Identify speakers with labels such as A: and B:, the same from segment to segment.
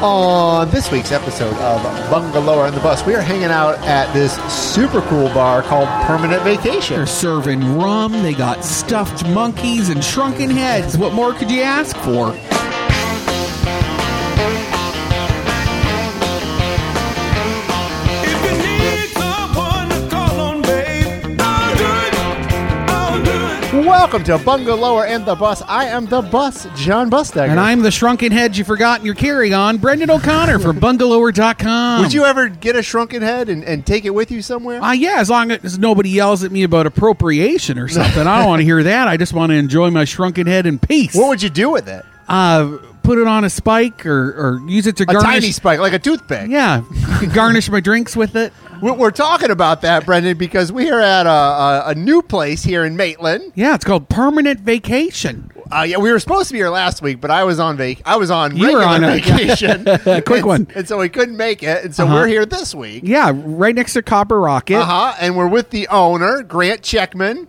A: On this week's episode of Bungalower on the Bus, we are hanging out at this super cool bar called Permanent Vacation.
B: They're serving rum. They got stuffed monkeys and shrunken heads. What more could you ask for?
C: If you need someone to call on, babe, I'll do it. I'll do it.
A: Welcome to Bungalower and the Bus. I am the bus, John Bustegger.
B: And I'm the shrunken head you forgot in your carry on, Brendan O'Connor from bungalower.com.
A: Would you ever get a shrunken head and, and take it with you somewhere?
B: Uh, yeah, as long as nobody yells at me about appropriation or something. I don't want to hear that. I just want to enjoy my shrunken head in peace.
A: What would you do with it?
B: uh, put it on a spike or, or use it to
A: A
B: garnish.
A: tiny spike, like a toothpick.
B: yeah, garnish my drinks with it.
A: We- We're talking about that, Brendan, because we are at a, a, a new place here in Maitland.
B: Yeah, it's called permanent vacation.
A: Uh, yeah, we were supposed to be here last week, but I was on vac- I was on
B: You were
A: regular
B: on a-
A: vacation, a
B: Uh, quick one.
A: and so we couldn't make it. And so
B: Uh-huh.
A: we're here this week.
B: Yeah, right next to Copper Rocket.
A: Uh huh. And we're with the owner, Grant Checkman.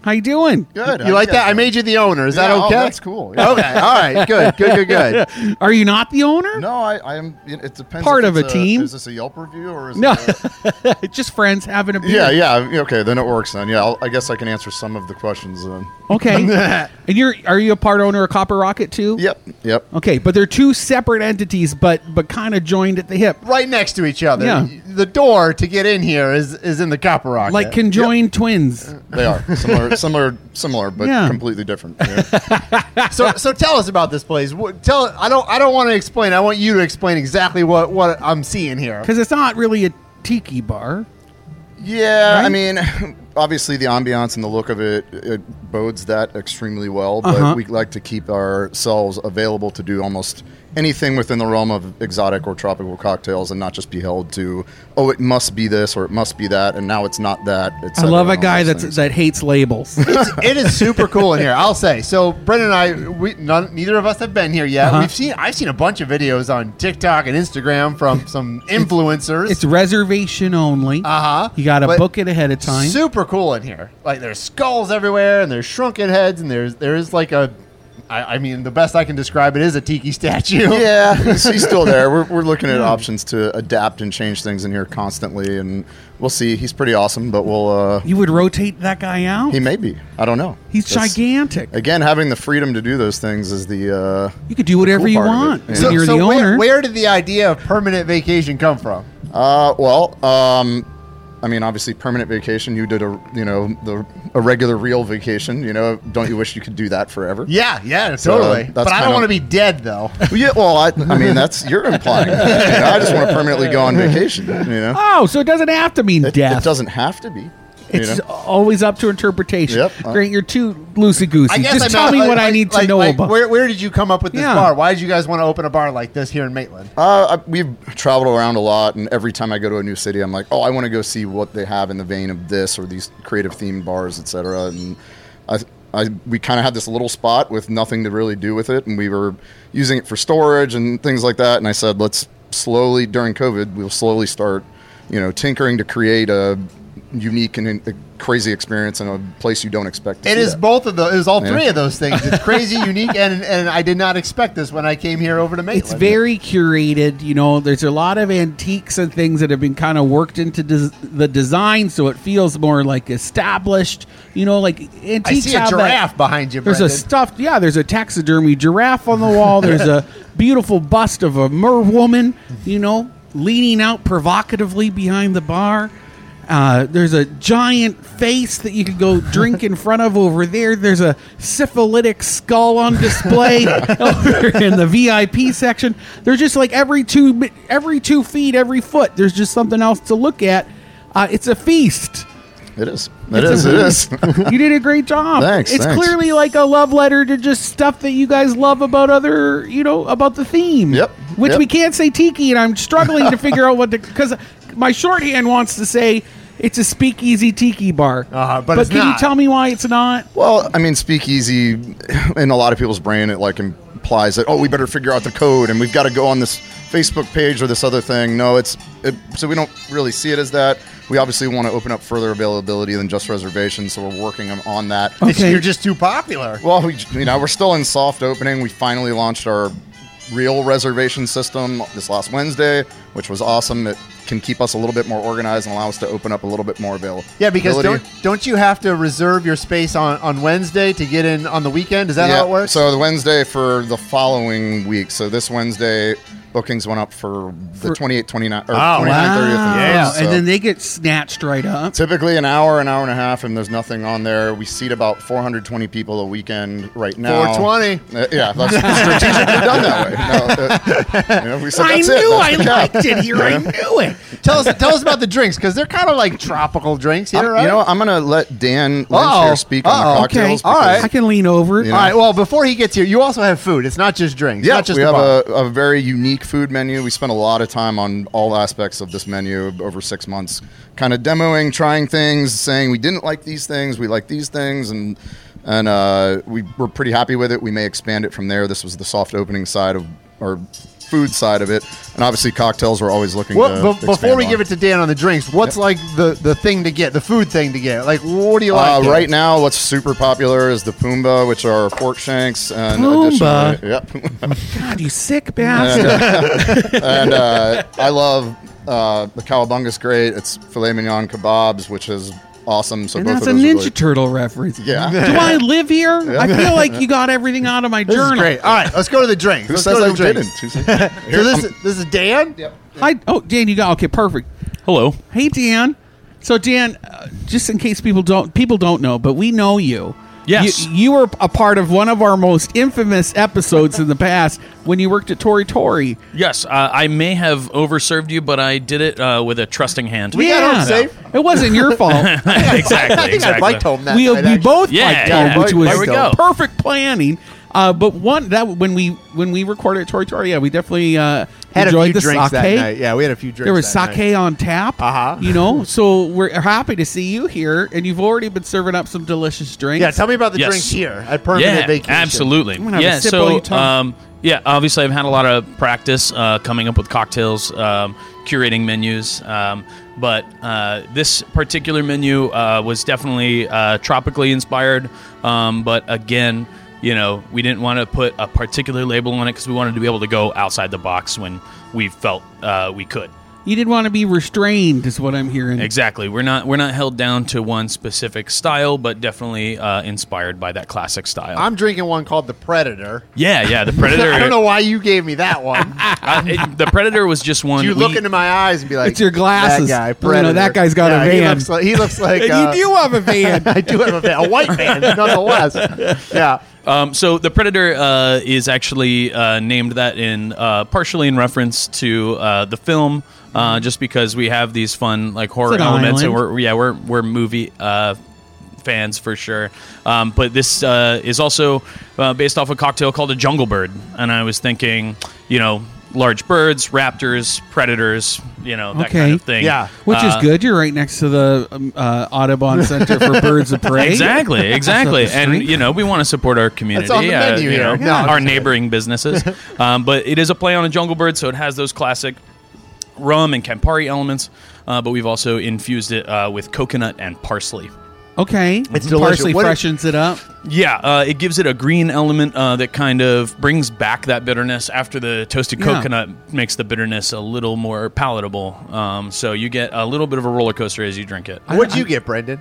B: How you doing?
D: Good.
A: You like that? I made you the owner. Is that
D: Yeah, oh,
A: okay?
D: that's cool. Yeah.
A: Okay. All right. Good. Good. Good. Good.
B: Are you not the owner?
D: No, I, I am. It depends.
B: Part
D: if
B: of
D: it's
B: a team.
D: Is this a Yelp review or is
B: No.
D: It a,
B: Just friends having a beer.
D: yeah, yeah. Okay, then it works. Then yeah, I'll, I guess I can answer some of the questions. Then.
B: Okay. and you're are you a part owner of Copper Rocket too?
D: Yep. Yep.
B: Okay, but they're two separate entities, but but kind of joined at the hip,
A: right next to each other.
B: Yeah.
A: The door to get in here is is in the copper rocket.
B: like conjoined twins.
D: They are similar, similar, similar, but
B: Yeah.
D: completely different. Yeah.
A: so so tell us about this place. What- Tell I don't I don't want to explain. I want you to explain exactly what what I'm seeing here.
B: Because it's not really a tiki bar.
D: Yeah,
B: Right?
D: I mean, obviously the ambiance and the look of it, it bodes that extremely well. But
B: Uh-huh.
D: we like to keep ourselves available to do almost anything within the realm of exotic or tropical cocktails, and not just be held to oh, it must be this or it must be that, and now it's not that. et
B: I
D: cetera,
B: love a
D: and all
B: guy
D: those
B: that's
D: things.
B: that hates labels.
A: It's, it is super cool in here. I'll say. So Brendan and I, we none, neither of us have been here yet.
B: Uh-huh.
A: We've seen I've seen a bunch of videos on TikTok and Instagram from some influencers.
B: it's reservation only.
A: Uh-huh.
B: You got to
A: But-
B: book it ahead of time.
A: Super cool in here. Like there's skulls everywhere, and there's shrunken heads, and there's there is like a, I, I mean the best I can describe it is a tiki statue.
D: Yeah, he's, he's still there. We're, we're looking at options to adapt and change things in here constantly, and we'll see. He's pretty awesome, but we'll. Uh,
B: you would rotate that guy out.
D: he may be. I don't know.
B: He's
D: That's-
B: gigantic.
D: Again, having the freedom to do those things is the. Uh,
B: You could do whatever
D: cool
B: you
D: part of
B: want.
D: it.
B: when
D: Yeah.
A: So,
B: you're
A: so
B: the
A: where,
B: owner.
A: where did the idea of permanent vacation come from?
D: uh, well, um, I mean, obviously, permanent vacation. You did a, you know, the a regular real vacation. You know, don't you wish you could do that forever?
A: Yeah, yeah,
D: So,
A: totally.
D: that's
A: but I don't
D: kinda-
A: want to be dead though.
D: Well, yeah, well, I, I mean, that's you're implying. that. You know, I just want to permanently go on vacation. You know,
B: Oh, so it doesn't have to mean
D: it,
B: death.
D: it doesn't have to be. you
B: It's
D: know?
B: always up to interpretation.
D: Yep.
B: Grant, you're too loosey goosey. Just
A: meant,
B: tell me
A: like-
B: what I
A: like-
B: need to
A: like-
B: know
A: like,
B: about.
A: Where, where did you come up with this
B: Yeah.
A: bar? Why did you guys want to open a bar like this here in Maitland?
D: Uh, I- we've traveled around a lot, and every time I go to a new city, I'm like, oh, I want to go see what they have in the vein of this or these creative themed bars, etc. And I, I, we kind of had this little spot with nothing to really do with it, and we were using it for storage and things like that. And I said, let's slowly during COVID, we'll slowly start, you know, tinkering to create a unique and a crazy experience in a place you don't expect. To
A: It
D: see
A: is
D: that.
A: both of those. It was all
D: Yeah.
A: three of those things. It's crazy, unique, and and I did not expect this when I came here over to Maitland.
B: it's very curated. You know, there's a lot of antiques and things that have been kind of worked into des- the design, so it feels more like established. You know, like antiques.
A: I see a
B: have that-
A: giraffe behind you,
B: There's
A: Brendan.
B: a stuffed, yeah. There's a taxidermy giraffe on the wall. There's a beautiful bust of a merwoman, you know, leaning out provocatively behind the bar. Uh, there's a giant face that you could go drink in front of over there. There's a syphilitic skull on display over in the VIP section. There's just like every two mi- every two feet, every foot. There's just something else to look at. Uh, it's a feast
D: It is. It is. It is.
B: you did a great job.
D: Thanks,
B: It's
D: thanks.
B: clearly like a love letter to just stuff that you guys love about other, you know, about the theme.
D: Yep,
B: Which
D: yep.
B: we can't say tiki, and I'm struggling to figure out what to because my shorthand wants to say it's a speakeasy tiki bar.
A: Uh-huh, but it's
B: can you
A: not.
B: tell me why it's not?
D: Well, I mean, speakeasy in a lot of people's brain, it like implies that oh, we better figure out the code and we've got to go on this Facebook page or this other thing. No, it's it, so we don't really see it as that. We obviously want to open up further availability than just reservations, so we're working on- on that.
A: It's-
B: Okay.
A: You're just too popular.
D: Well, we, you know, we're still in soft opening. We finally launched our real reservation system this last Wednesday, which was awesome. It can keep us a little bit more organized and allow us to open up a little bit more available.
A: Yeah, because
D: ability.
A: don't don't you have to reserve your space on, on Wednesday to get in on the weekend? Is that how it works?
D: So the Wednesday for the following week. So this Wednesday, bookings went up for the 28th, 29th,
B: Oh,
D: or 29th, 30th.
B: Wow.
D: And, 1st,
B: And
D: so
B: then they get snatched right up.
D: typically an hour, an hour and a half, and there's nothing on there. We seat about 420 people a weekend right now.
A: 420.
D: Uh, yeah, that's strategically done that way. No, uh, you know, we said,
B: I
D: that's
B: knew
D: it, that's
B: I
D: the cap.
B: liked it here. I knew it.
A: tell us tell us about the drinks because they're kind of like tropical drinks here,
D: I'm-
A: right?
D: Um, You know, what, I'm going to let Dan Lynch
A: Uh-oh.
D: here speak on
A: Uh-oh.
D: the
B: Okay.
D: cocktails.
A: All
D: because-
A: right.
B: I can lean over.
D: You know,
A: All right. Well, before he gets here, you also have food. It's not just drinks.
D: Yeah,
A: not just
D: we
A: the
D: have
A: bar.
D: a, a very unique food menu. We spent a lot of time on all aspects of this menu over six months, kind of demoing, trying things, saying we didn't like these things, we like these things, and and uh, we were pretty happy with it. We may expand it from there. This was the soft opening side of our food side of it, and obviously cocktails we're always looking.
A: What,
D: to
A: be- before
D: expand
A: we
D: on.
A: give it to Dan on the drinks, what's like the, the thing to get, the food thing to get? Like, what do you
D: Uh,
A: like? Dan?
D: right now, what's super popular is the Pumbaa, which are pork shanks and
B: Pumbaa?
D: additionally- Yep.
B: God, you sick bastard.
D: and uh, I love uh, the Cowabunga's great. It's filet mignon kebabs, which is awesome. So
B: and
D: both
B: that's a
D: of those
B: Ninja
D: are really-
B: Turtle reference.
D: Yeah.
B: Do I live here? I feel like you got everything out of my
A: this
B: journal.
A: is great. All right, let's go to the drinks.
D: Who
A: Let's
D: says
A: go
D: I
A: to the
D: didn't?
A: drinks.
D: Who says-
A: So this is, this is Dan. Yep.
B: Hi. Oh, Dan, you got okay. Perfect.
E: Hello.
B: Hey, Dan. So, Dan, uh, just in case people don't people don't know, but we know you.
E: Yes.
B: You, you were a part of one of our most infamous episodes in the past when you worked at Tori Tori.
E: Yes, uh, I may have overserved you, but I did it uh, with a trusting hand.
A: We got home safe.
B: It wasn't your fault.
E: exactly.
A: I think
E: exactly.
A: I liked home that
B: we
A: night,
B: we
A: actually.
B: both
E: Yeah,
B: liked
E: yeah.
B: home, which was
E: There we go.
B: perfect planning. Uh, but one that when we when we recorded at Tori Tori, yeah, we definitely uh,
A: had a
B: enjoyed
A: few
B: the
A: drinks
B: sake.
A: that night. Yeah, we had a few drinks.
B: There was
A: that
B: sake
A: night.
B: on tap,
A: Uh-huh.
B: you know. So we're happy to see you here, and you've already been serving up some delicious drinks.
A: Yeah, tell me about the
E: Yes.
A: drinks here at Permanent
E: yeah,
A: Vacation.
E: absolutely.
B: gonna have a
E: yeah,
B: sip
E: so
B: while you talk.
E: um, yeah, obviously I've had a lot of practice uh, coming up with cocktails, um, curating menus, um, but uh, this particular menu uh, was definitely uh, tropically inspired. Um, but again, you know, we didn't want to put a particular label on it because we wanted to be able to go outside the box when we felt uh, we could.
B: You didn't want to be restrained, is what I'm hearing.
E: Exactly. We're not we're not held down to one specific style, but definitely uh, inspired by that classic style.
A: I'm drinking one called the Predator.
E: yeah, yeah. The predator.
A: I don't know why you gave me that one.
E: Uh, it- the predator was just one.
A: you
E: we-
A: look into my eyes and be like,
B: It's your glasses.
A: That guy,
B: You know,
A: Predator.
B: that guy's got a
A: Yeah, He
B: van.
A: looks like, he looks like
B: And
A: uh,
B: you do have a van.
A: I do have a van, a white van, nonetheless. Yeah.
E: Um, so the predator uh, is actually uh, named that in uh, partially in reference to uh, the film, uh, just because we have these fun like horror
B: It's an
E: elements, and
B: island.
E: we're yeah we're we're movie uh, fans for sure. Um, but this uh, is also uh, based off a cocktail called a jungle bird, and I was thinking, you know. Large birds, raptors, predators, you know, that
B: Okay.
E: kind of thing.
A: Yeah.
B: Which is
E: Uh,
B: good. You're right next to the um, uh, Audubon Center for Birds of Prey.
E: Exactly, exactly.
B: That's up the
E: and
B: street.
E: you know, we want to support our community, uh,
A: on the menu
E: you
A: here.
E: know,
A: No, I'm
E: our neighboring businesses. um, but it is a play on a jungle bird, so it has those classic rum and Campari elements. Uh, but we've also infused it uh, with coconut and parsley.
B: Okay. It's
A: delicious.
B: Parsley
A: What it-
B: freshens it up.
E: Yeah, uh, it gives it a green element uh, that kind of brings back that bitterness after the toasted
B: Yeah.
E: coconut makes the bitterness a little more palatable. Um, so you get a little bit of a roller coaster as you drink it.
A: What'd you get, Brendan?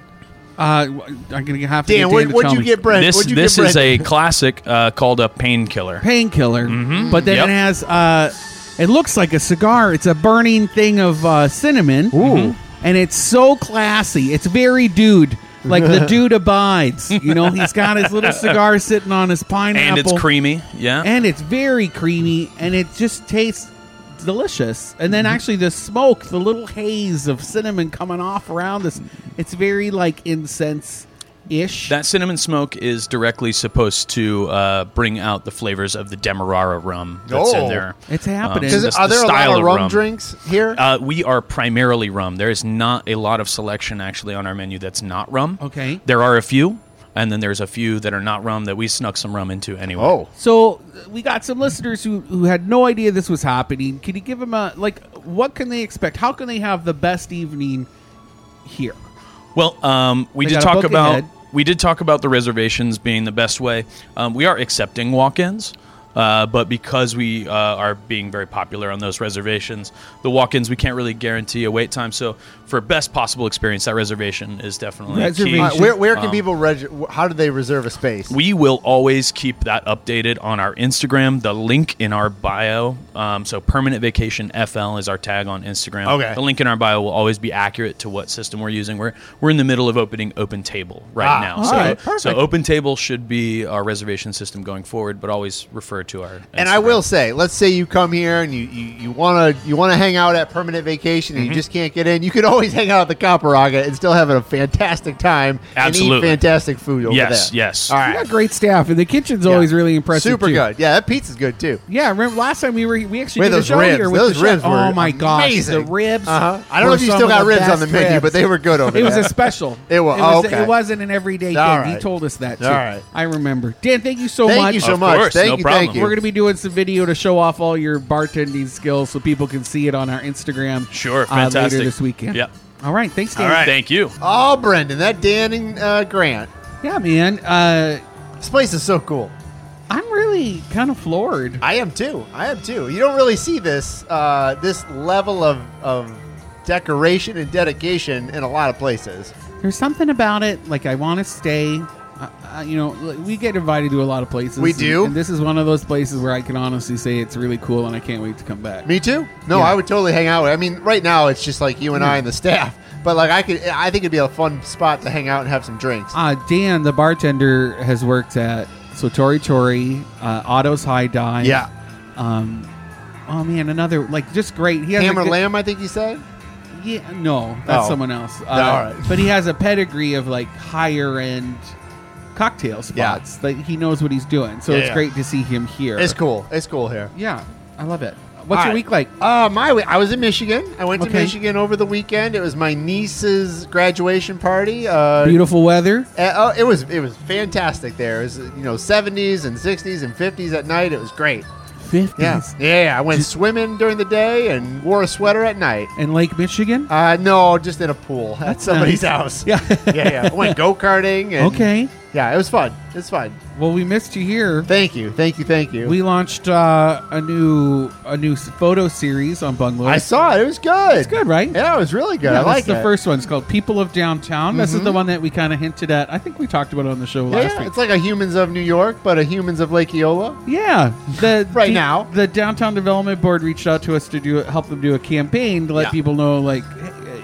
B: Uh, I'm going to have to.
A: Dan,
B: get
A: what,
B: to
A: what'd
B: tell
A: you
B: me.
A: get, Brendan?
E: This
A: what'd you
E: this
A: get,
E: is
A: Brendan?
E: a classic uh, called a painkiller.
B: Painkiller. But then
E: Mm-hmm. Yep.
B: it has. Uh, it looks like a cigar. It's a burning thing of uh, cinnamon. Ooh. And it's so classy. It's very dude. Like the dude abides. You know, he's got his little cigar sitting on his
E: and
B: pineapple.
E: it's creamy. Yeah.
B: and it's very creamy and it just tastes delicious and
E: Mm-hmm.
B: then actually the smoke the little haze of cinnamon coming off around this it's very like incense ish
E: that cinnamon smoke is directly supposed to uh, bring out the flavors of the Demerara rum that's
A: Oh.
E: in there.
B: It's happening.
A: Does
B: Is
A: it-
E: this-
A: are
E: the
A: there a
E: style
A: lot of
E: of
A: rum,
E: rum.
A: drinks here?
E: Uh, we are primarily rum. There is not a lot of selection actually on our menu that's not rum.
B: Okay.
E: There are a few, and then there's a few that are not rum that we snuck some rum into anyway.
A: oh.
B: so we got some listeners who, who had no idea this was happening can you give them a like what can they expect how can they have the best evening here
E: Well, um, we
B: They
E: did
B: gotta
E: talk
B: book
E: about
B: ahead.
E: we did talk about the reservations being the best way. Um, we are accepting walk-ins. Uh, but because we uh, are being very popular on those reservations, the walk-ins we can't really guarantee a wait time. So for best possible experience, that reservation is definitely
B: Reservation.
E: key.
A: Uh, where, where
E: um,
A: can people reg- How do they reserve a space?
E: We will always keep that updated on our Instagram. The link in our bio. Um, so permanent vacation FL is our tag on Instagram.
A: Okay.
E: The link in our bio will always be accurate to what system we're using. We're we're in the middle of opening Open Table right
A: Ah,
E: now.
B: all
E: so
B: right,
E: so
B: perfect.
E: Open Table should be our reservation system going forward, but always refer to our.
A: and I
E: Instagram.
A: will say, let's say you come here and you, you, you wanna you wanna hang out at permanent vacation and you
E: Mm-hmm.
A: just can't get in. You can always hang out at the Caparaga and still have a fantastic time and
E: Absolutely.
A: eat fantastic food over
E: Yes,
A: there.
E: yes.
A: All
B: You
A: right.
B: got great staff, and the kitchen's always really impressive.
A: Super
B: too.
A: good. Yeah, that pizza's good too.
B: Yeah, remember last time we were we actually
A: We had
B: did a
A: those
B: show
A: ribs.
B: here with
A: Those
B: the
A: ribs
B: chef.
A: were
B: oh my gosh,
A: amazing.
B: the ribs.
A: Uh-huh. I don't know
B: were
A: if you
B: some
A: still
B: of
A: got ribs on
B: best
A: the menu,
B: ribs.
A: but they were good over
B: It was
A: there.
B: a special.
A: It wa-
B: was.
A: okay.
B: It wasn't an everyday thing.
A: All
B: He
A: right.
B: told us that. Too.
A: All right.
B: I remember. Dan, thank you so
A: thank
B: much.
A: you so
E: Of
A: much.
E: course,
A: thank
E: no
A: you,
E: problem.
A: thank you.
B: We're going to be doing some video to show off all your bartending skills so people can see it on our Instagram.
E: Sure,
B: Uh,
E: fantastic.
B: later this weekend.
E: Yep.
B: All right. Thanks, Dan.
E: All right. Thank you.
A: oh, Brendan, that Dan and uh, Grant.
B: Yeah, man. Uh,
A: This place is so cool.
B: I'm really kind of floored.
A: I am too. I am too. You don't really see this uh, this level of, of decoration and dedication in a lot of places.
B: There's something about it. Like I want to stay. Uh, uh, you know, like, we get invited to a lot of places.
A: We
B: and-
A: do.
B: And this is one of those places where I can honestly say it's really cool, and I can't wait to come back.
A: Me too. No,
B: Yeah. Hmm.
A: I would totally hang out. with I mean, right now it's just like you and I and the staff. But like I could, I think it'd be a fun spot to hang out and have some drinks.
B: Uh, Dan, the bartender, has worked at Sotori Tori, uh, Otto's High Dive.
A: yeah,
B: Um, oh man, another like just great. He has a
A: Hammer
B: good-
A: Lamb, I think you said.
B: Yeah, no, that's
A: Oh.
B: someone else. Uh,
A: all right.
B: But he has a pedigree of like higher end cocktail
A: Yeah.
B: spots. Like he knows what he's doing, so
A: Yeah,
B: it's
A: yeah.
B: great to see him here.
A: It's cool. It's cool here.
B: Yeah, I love it.
A: All
B: What's your
A: right.
B: week like?
A: Uh, my we- I was in Michigan. I went to
B: Okay.
A: Michigan over the weekend. It was my niece's graduation party. Uh,
B: Beautiful weather.
A: Uh, oh, it was it was fantastic there. It was you know seventies and sixties and fifties at night. It was great.
B: Fifties
A: Yeah, yeah. yeah. I went swimming during the day and wore a sweater at night.
B: in Lake Michigan.
A: Uh, no, just in a pool at somebody's
B: nice.
A: house.
B: Yeah.
A: yeah, yeah. I went go karting.
B: okay.
A: Yeah, it was fun. It's fun.
B: Well, we missed you here.
A: Thank you, thank you, thank you.
B: We launched uh, a new a new s- photo series on Bungalow.
A: I saw it. It was good.
B: It's good, right?
A: Yeah, it was really good.
B: Yeah,
A: I
B: that's
A: like
B: the
A: it. Mm-hmm.
B: first one. It's called People of Downtown. This is the one that we kind of hinted at. I think we talked about it on the show
A: Yeah,
B: last
A: yeah,
B: week. Um,
A: it's like a humans of New York, but a humans of Lake Eola.
B: Yeah, the
A: Right
B: the-
A: now.
B: the Downtown Development Board reached out to us to do help them do a campaign to let
A: Yeah.
B: people know like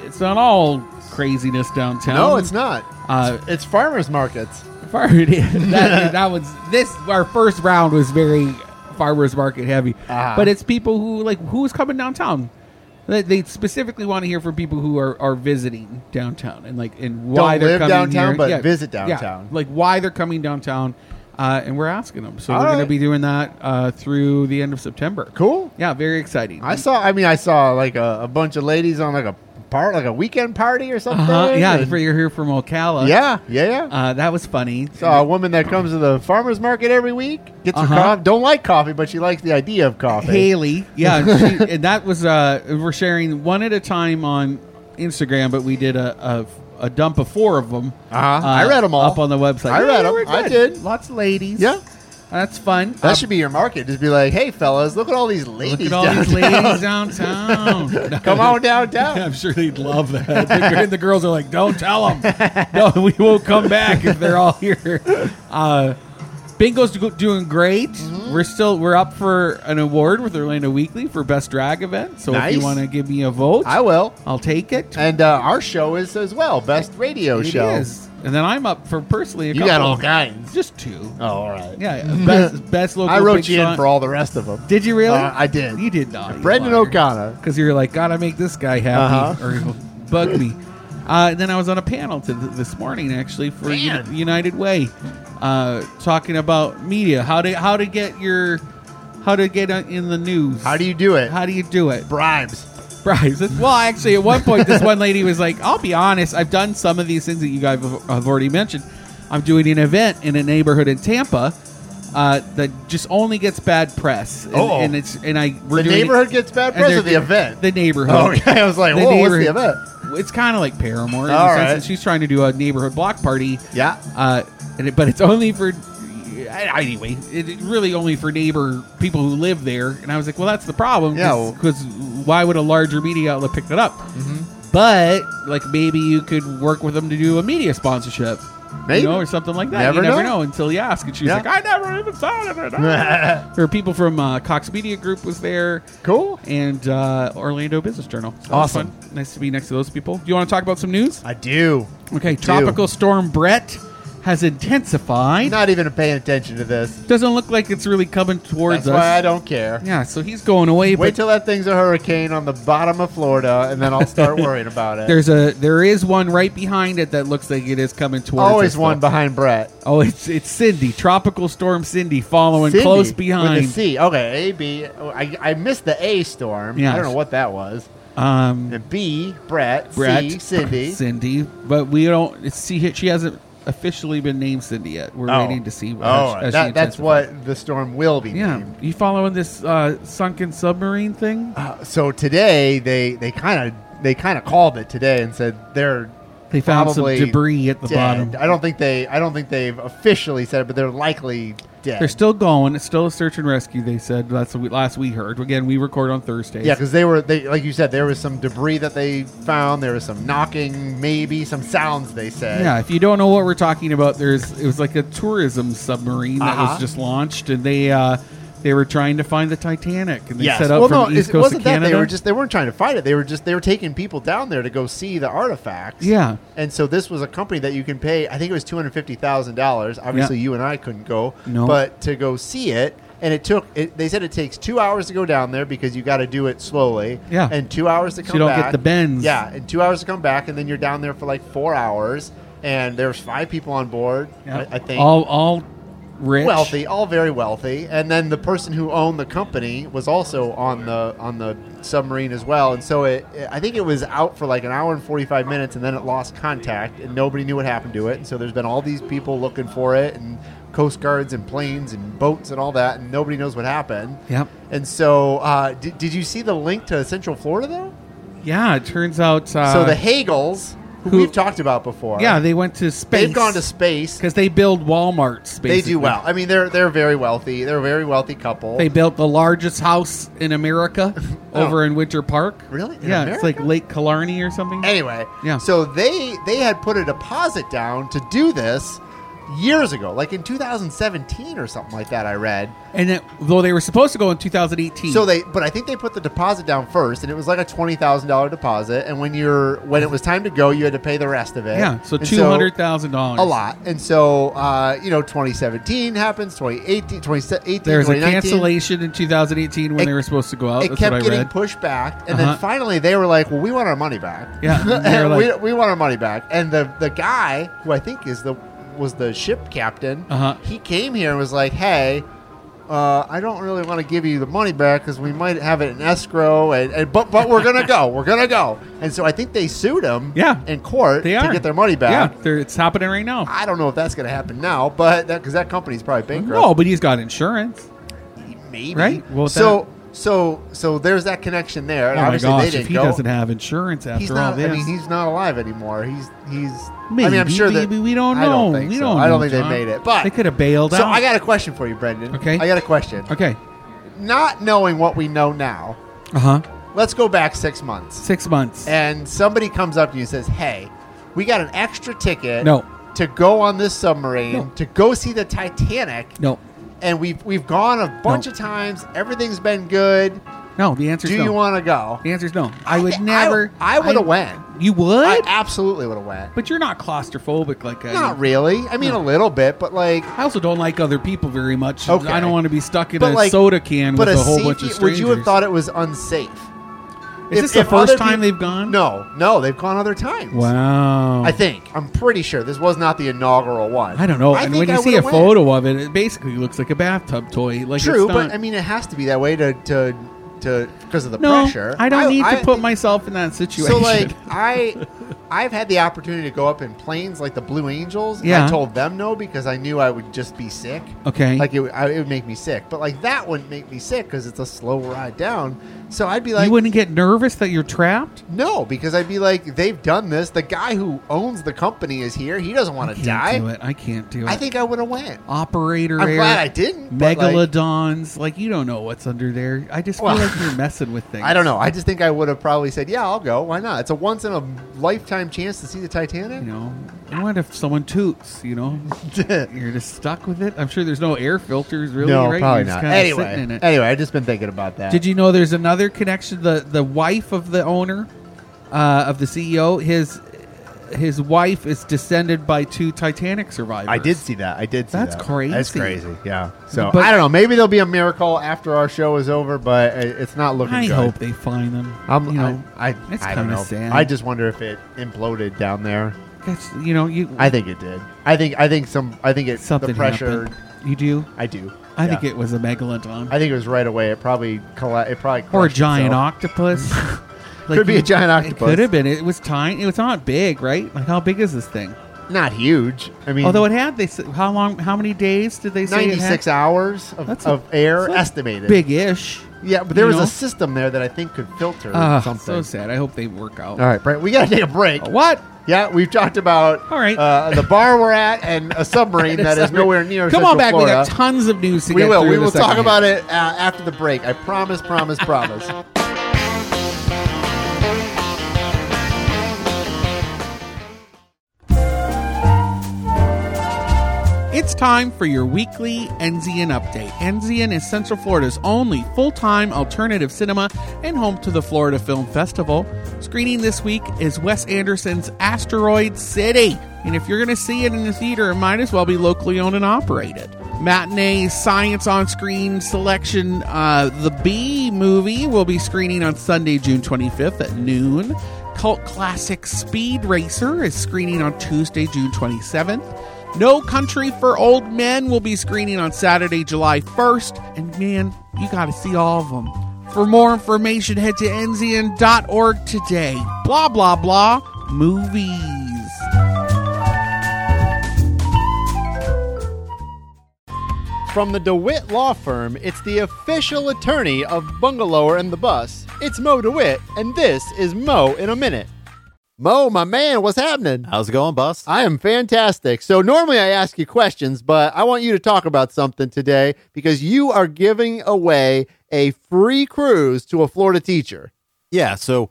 B: it's not all craziness downtown.
A: No, it's not.
B: Uh,
A: It's farmers markets.
B: far it is. That, that was this. Our first round was very farmers market heavy,
A: Ah.
B: but it's people who like who is coming downtown. They, they specifically want to hear from people who are, are visiting downtown and like and why they're
A: live
B: coming
A: downtown,
B: here.
A: but visit downtown.
B: like why they're coming downtown, uh, and we're asking them. So
A: All
B: we're going to
A: right.
B: be doing that uh, through the end of September.
A: Cool.
B: Yeah, very exciting.
A: I saw. I mean, I saw like a, a bunch of ladies on like a part, like a weekend party or something.
B: uh-huh, yeah,
A: and-
B: for you're here from Ocala.
A: yeah, yeah, yeah.
B: uh, that was funny.
A: saw a woman that comes to the farmers market every week. Gets
B: Uh-huh.
A: her coffee. Don't like coffee, but she likes the idea of coffee.
B: Haley. Yeah, and, she, and that was uh, we're sharing one at a time on Instagram, but we did a a, a dump of four of them. uh,
A: Uh-huh. I read 'em all.
B: up on the website.
A: I
B: Yeah,
A: read
B: they
A: 'em.
B: were
A: I
B: good.
A: did.
B: Lots of ladies.
A: Yeah.
B: that's fun.
A: That
B: Uh,
A: should be your market. Just be like, hey, fellas, look at all these ladies.
B: look at all these
A: downtown.
B: ladies downtown.
A: Come on downtown.
B: I'm sure they'd love that. The, gir- the girls are like, "Don't tell them. No, we won't come back if they're all here." Uh, Bingo's do- doing great.
A: Mm-hmm.
B: We're still we're up for an award with Orlando Weekly for best drag event. So if you
A: Nice.
B: want to give me a vote,
A: I will.
B: I'll take it.
A: And uh, our show is as well, best radio
B: It
A: show.
B: is. And then I'm up for personally. A
A: You
B: couple.
A: got all kinds.
B: Just two.
A: Oh, all right.
B: Yeah, uh, best best local.
A: I
B: big
A: wrote you
B: shot.
A: in for all the rest of them.
B: Did you really?
A: Uh, I did.
B: You did not.
A: Brendan O'Connor.
B: Because you're like, gotta make this guy happy
A: Uh-huh.
B: or he'll bug me. Uh, and then I was on a panel to th- this morning actually for Uni- United Way, uh, talking about media, how to how to get your how to get on- in the news.
A: How do you do it?
B: how do you do it?
A: Bribes.
B: Bribes. Well, actually, at one point, this one lady was like, "I'll be honest, I've done some of these things that you guys have have already mentioned. I'm doing an event in a neighborhood in Tampa uh, that just only gets bad press, and,
A: Uh-oh.
B: and it's and I we're
A: Oh. the
B: doing it-
A: neighborhood gets bad
B: and
A: press
B: they're
A: or the
B: doing-
A: event?
B: The neighborhood.
A: oh, okay. I was like,
B: The
A: whoa, what's the
B: neighborhood-
A: event?
B: It's kind of like Paramore in
A: All
B: the sense
A: right.
B: that she's trying to do a neighborhood block party,
A: Yeah.
B: uh, and it, but it's only for I- anyway, it, it really only for neighbor people who live there. And I was like, well, that's the problem.
A: Yeah, well- Mm-hmm.
B: Because why would a larger media outlet pick that up? But like maybe you could work with them to do a media sponsorship.
A: Maybe.
B: You know, or something like that.
A: Never
B: you never
A: know.
B: know. until you ask. And she was
A: Yeah.
B: like, I never even thought of it. or people from uh, Cox Media Group was there
A: Cool.
B: and uh, Orlando Business Journal. So that was
A: Awesome.
B: fun. Nice to be next to those people. Do you want to talk about some news?
A: I do.
B: Okay, Tropical Storm Brett has intensified.
A: Not even paying attention to this.
B: Doesn't look like it's really coming towards
A: That's why I
B: us.
A: don't care.
B: Yeah, so he's going away.
A: Wait
B: but
A: till that thing's a hurricane on the bottom of Florida, and then I'll start worrying about it.
B: there's a there is one right behind it that looks like it is coming towards. us,
A: always
B: though.
A: one behind Brett.
B: Oh, it's it's Cindy, Tropical Storm Cindy, following
A: Cindy
B: Oh, close
A: With a
B: behind.
A: C. Okay, A, B. I, I missed the A storm.
B: Yes.
A: I don't know what that was.
B: Um,
A: And B, Brett.
B: Brett,
A: C, Cindy.
B: Cindy, but we don't see. She hasn't officially been named Cindy yet. We're
A: Oh.
B: waiting to see. how
A: Oh,
B: she- how she
A: that, that's
B: intensifies.
A: what the storm will be
B: Yeah,
A: named.
B: you following this uh, sunken submarine thing?
A: Uh, so today they they kind of they kind of called it today and said they're
B: They found some
A: probably
B: debris at the
A: dead.
B: bottom.
A: I don't think they I don't think they've officially said it, but they're likely dead.
B: They're still going. It's still a search and rescue. They said that's what we, last we heard. Again, we record on Thursdays.
A: yeah, because they were they like you said there was some debris that they found. There was some knocking, maybe some sounds. They said
B: Yeah, if you don't know what we're talking about, there's it was like a tourism submarine that
A: Uh-huh.
B: was just launched, and they uh, they were trying to find the Titanic, and they
A: Yes.
B: set up
A: well,
B: from
A: no,
B: the east
A: it- it
B: coast
A: wasn't
B: of
A: that
B: Canada.
A: they were just they weren't trying to fight it. They were just they were taking people down there to go see the artifacts.
B: Yeah.
A: And so this was a company that you can pay. I think it was two hundred fifty thousand dollars. Obviously, you and I couldn't go.
B: No.
A: But to go see it, and it took. It, they said it takes two hours to go down there because you got to do it slowly.
B: Yeah.
A: And two hours to
B: you
A: come.
B: don't get
A: back.
B: the bends.
A: Yeah, and two hours to come back, and then you're down there for like four hours, and there's five people on board.
B: Yeah.
A: I, I think
B: all all rich,
A: wealthy, all very wealthy, and then the person who owned the company was also on the on the submarine as well. And so it, I think it was out for like an hour and forty five minutes, and then it lost contact, and nobody knew what happened to it. And so there's been all these people looking for it, and coast guards and planes and boats and all that, and nobody knows what happened.
B: Yep.
A: And so, uh, did, did you see the link to Central Florida though?
B: Yeah, it turns out. Uh,
A: so the Hagels, who,
B: who-
A: we've talked about before,
B: yeah they went to space.
A: they've gone to space.
B: because they build Walmart's.
A: They do
B: basically.
A: well. I mean, they're they're very wealthy. They're a very wealthy couple.
B: They built the largest house in America
A: Oh.
B: over in Winter Park.
A: Really? In
B: yeah, it's like
A: America?
B: Lake Killarney or something.
A: Anyway,
B: Yeah.
A: So they they had put a deposit down to do this years ago, like in 2017 or something like that. I read.
B: And it, though they were supposed to go in 2018,
A: So they, but I think they put the deposit down first, and it was like a twenty thousand dollar deposit. And when you're when it was time to go, you had to pay the rest of it.
B: yeah, so
A: And
B: two hundred thousand dollars,
A: A lot. And so, uh, you know, 2017 happens, 2018, 2018,
B: There's a
A: 2019.
B: cancellation in 2018 when
A: It-
B: they were supposed to go out.
A: It
B: Oh, That's what I
A: kept getting
B: read.
A: pushed back, and
B: Uh-huh.
A: then finally they were like, "Well, we want our money back."
B: Yeah, and they were like-
A: we, we want our money back. And the the guy who I think is the was the ship captain,
B: Uh-huh.
A: he came here and was like, "Hey." Uh, I don't really want to give you the money back because we might have it in escrow, and, and but but we're gonna go, we're gonna go, and so I think they sued him,
B: Yeah.
A: in court
B: they
A: to
B: are
A: get their money back. Ah,
B: Yeah, they're- it's happening right now.
A: I don't know if that's gonna happen now, but that because that company's probably bankrupt
B: No, but he's got insurance.
A: maybe
B: Right? Well,
A: so so so there's that connection there. And
B: oh my
A: obviously they
B: gosh,
A: didn't
B: if he
A: go.
B: doesn't have insurance after
A: he's
B: all
A: not.
B: this,
A: I mean, he's not alive anymore. He's he's. I mean, I'm
B: Maybe,
A: sure that
B: maybe, we don't
A: I don't
B: know.
A: think
B: We
A: so.
B: don't
A: I don't
B: know,
A: think they
B: John.
A: made it. But
B: they could have bailed
A: So
B: out.
A: I got a question for you, Brendan.
B: Okay.
A: I got a question.
B: okay,
A: Not knowing what we know now,
B: uh huh,
A: let's go back six months,
B: six months.
A: and somebody comes up to you and says, "Hey, we got an extra ticket.
B: No.
A: To go on this submarine
B: No.
A: to go see the Titanic,
B: no,
A: and we've we've gone a bunch
B: No.
A: of times. Everything's been good.
B: no, the answer is
A: Do
B: no.
A: you want to go?
B: the answer is no. I would
A: I-
B: never.
A: I, would have went.
B: You would,
A: I absolutely would have went.
B: but you're not claustrophobic like I.
A: Not really. I mean, a little bit, but like,
B: I also don't like other people very much.
A: Okay.
B: I don't want to be stuck in
A: but
B: a
A: like
B: soda can
A: but
B: with a, whole bunch of
A: safety- Would
B: strangers.
A: you have thought it was unsafe?
B: Is this the first time they've gone?
A: No, no, they've gone other times.
B: Wow.
A: I think I'm pretty sure this was not the inaugural one.
B: I don't know.
A: I
B: and
A: think
B: when you
A: I
B: see a
A: would've went.
B: photo of it, it basically looks like a bathtub toy. Like
A: true,
B: it's not,
A: but I mean, it has to be that way to to to because of the
B: no,
A: pressure.
B: I don't need
A: I
B: to put
A: think-
B: myself in that situation.
A: So like I I've had the opportunity to go up in planes like the Blue Angels. and
B: Yeah.
A: I told them no because I knew I would just be sick.
B: Okay.
A: Like it, would- I, it would make me sick. But like that wouldn't make me sick because it's a slow ride down. So I'd be like,
B: you wouldn't get nervous that you're trapped.
A: no, because I'd be like, they've done this. The guy who owns the company is here. He doesn't want to
B: Can't
A: die.
B: do it. I can't do it.
A: I think I would have went.
B: operator.
A: I'm
B: air,
A: glad I didn't, but, like-
B: Megalodons, like, you don't know what's under there. I just feel
A: Well,
B: like you're messing with things.
A: I don't know. I just think I would have probably said, yeah, I'll go. Why not? It's a once in a lifetime chance to see the Titanic.
B: You know, and what if someone toots? You know, you're just stuck with it. I'm sure there's no air filters, really.
A: no,
B: right?
A: probably
B: You're just
A: not.
B: kinda
A: Anyway,
B: sitting in it.
A: anyway, I've just been thinking about that.
B: Did you know there's another connection? The the wife of the owner, uh, of the CEO, his his wife is descended by two Titanic survivors.
A: I did see that. I did see
B: That's
A: that.
B: crazy.
A: That's crazy. Yeah. So
B: But-
A: I don't know. Maybe there'll be a miracle after our show is over, but it- it's not looking
B: I
A: good.
B: hope they find them.
A: I'm,
B: you know,
A: I, I,
B: it's
A: I don't
B: kinda
A: know.
B: sad.
A: I just wonder if it imploded down there.
B: that's, you know, you
A: I think it did. I think. I think some. I think it.
B: something
A: the pressure.
B: happened. You do.
A: I do.
B: I
A: Yeah.
B: think it was a megalodon
A: I think it was right away. It probably. Colli- it probably.
B: or a
A: crushed
B: giant
A: itself.
B: octopus. Like
A: Could be
B: you-
A: a giant
B: It
A: octopus.
B: could have been. It was tiny. It was not big, right? Like how big is this thing?
A: Not huge. I mean,
B: Although it had they s- how long? How many days did they say? it had?
A: Hmm. ninety-six hours of,
B: That's a-
A: of air
B: that's
A: estimated.
B: Big-ish.
A: Yeah, but there
B: you
A: was
B: know?
A: a system there that I think could filter
B: Ah,
A: something.
B: so sad. I hope they work out.
A: All right, Brent, we got to take a break.
B: What?
A: Yeah, we've talked about
B: All right.
A: uh, the bar we're at and a submarine that is nowhere near.
B: Come on
A: Central
B: back. We got
A: Florida.
B: tons of news to
A: we
B: get
A: will.
B: through
A: We
B: in the
A: will
B: second
A: talk
B: half.
A: about it uh, after the break. I promise. Promise. promise.
B: It's time for your weekly Enzian update. Enzian is Central Florida's only full time alternative cinema and home to the Florida Film Festival. Screening this week is Wes Anderson's Asteroid City. And if you're going to see it in the theater, it might as well be locally owned and operated. Matinee science on screen selection uh, The B movie will be screening on Sunday, June 25th at noon. Cult classic Speed Racer is screening on Tuesday, June 27th. No Country for Old Men will be screening on Saturday, July 1st, and man, you got to see all of them. For more information, head to nzn.org today. Blah, blah, blah. Movies.
A: From the DeWitt Law Firm, it's the official attorney of Bungalower and the Bus. It's Mo DeWitt, and this is Mo in a Minute. Mo, my man, what's happening?
F: How's it going, boss?
A: I am fantastic. So, normally I ask you questions, but I want you to talk about something today because you are giving away a free cruise to a Florida teacher.
F: yeah. So,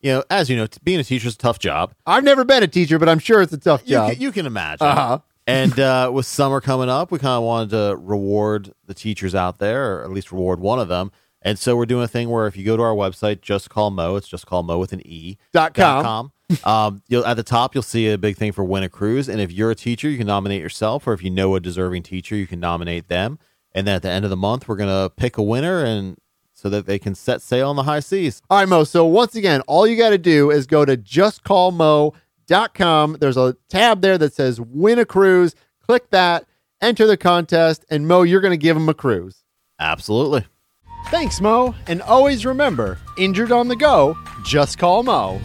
F: you know, as you know, t- being a teacher is a tough job.
A: I've never been a teacher, but I'm sure it's a tough
F: You,
A: job.
F: can, you can imagine.
A: Uh-huh.
F: and uh, with summer coming up, we kind of wanted to reward the teachers out there, or at least reward one of them. And so we're doing a thing where if you go to our website, just call Mo, it's just call Mo with an E
A: Dot com.
F: um, you'll at the top you'll see a big thing for win a cruise, and if you're a teacher, you can nominate yourself, or if you know a deserving teacher, you can nominate them. And then at the end of the month, we're gonna pick a winner, and so that they can set sail on the high seas.
A: All right, Mo. So once again, all you got to do is go to justcallmo.com. There's a tab there that says win a cruise. Click that, enter the contest, and Mo, you're going to give him a cruise.
F: Absolutely.
A: Thanks, Mo. And always remember injured on the go, just call Mo.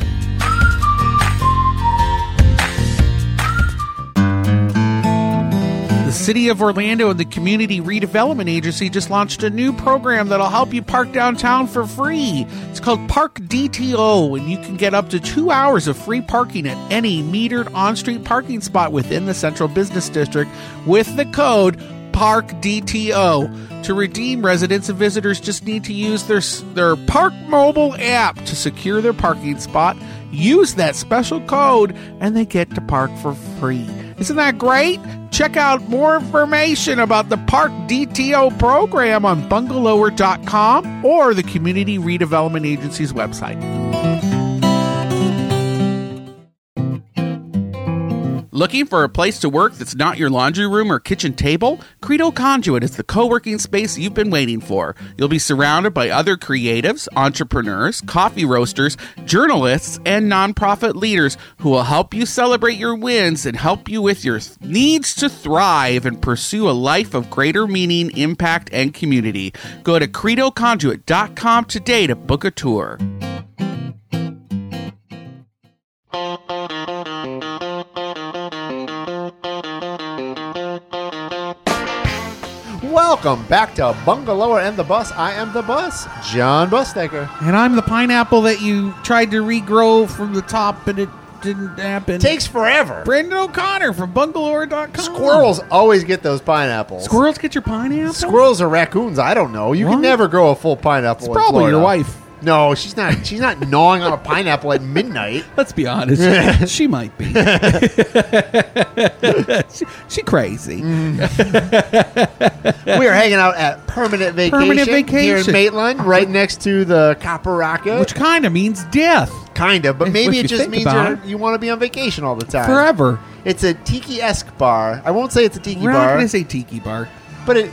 B: The City of Orlando and the Community Redevelopment Agency just launched a new program that'll help you park downtown for free. It's called Park DTO, and you can get up to two hours of free parking at any metered on street parking spot within the Central Business District with the code Park DTO. To redeem, residents and visitors just need to use their their Park Mobile app to secure their parking spot. Use that special code, and they get to park for free. Isn't that great? Check out more information about the Park DTO program on bungalower.com or the Community Redevelopment Agency's website. Looking for a place to work that's not your laundry room or kitchen table? Credo Conduit is the co working space you've been waiting for. You'll be surrounded by other creatives, entrepreneurs, coffee roasters, journalists, and nonprofit leaders who will help you celebrate your wins and help you with your th- needs to thrive and pursue a life of greater meaning, impact, and community. Go to credoconduit.com today to book a tour.
A: Welcome back to Bungalower and the Bus. I am the bus, John Bustecker.
B: And I'm the pineapple that you tried to regrow from the top and it didn't happen.
A: Takes forever.
B: Brendan O'Connor from bungalower.com.
A: Squirrels always get those pineapples.
B: Squirrels get your pineapple?
A: Squirrels or raccoons, I don't know. You
B: What?
A: can never grow a full pineapple.
B: It's
A: in
B: probably
A: Florida.
B: your wife.
A: No, she's not. She's not gnawing on a pineapple at midnight.
B: Let's be honest. she might be. she, she crazy.
A: Mm. We are hanging out at Permanent Vacation,
B: Permanent
A: here in
B: Vacation.
A: Maitland, right next to the Copper Rocket.
B: Which kind of means death
A: kind of, but
B: if
A: maybe
B: you
A: it just
B: think
A: means
B: about
A: you're,
B: it.
A: you want to be on vacation all the time.
B: forever.
A: It's a tiki-esque bar. I won't say it's a tiki
B: We're not
A: bar,
B: going to say tiki bar.
A: but it,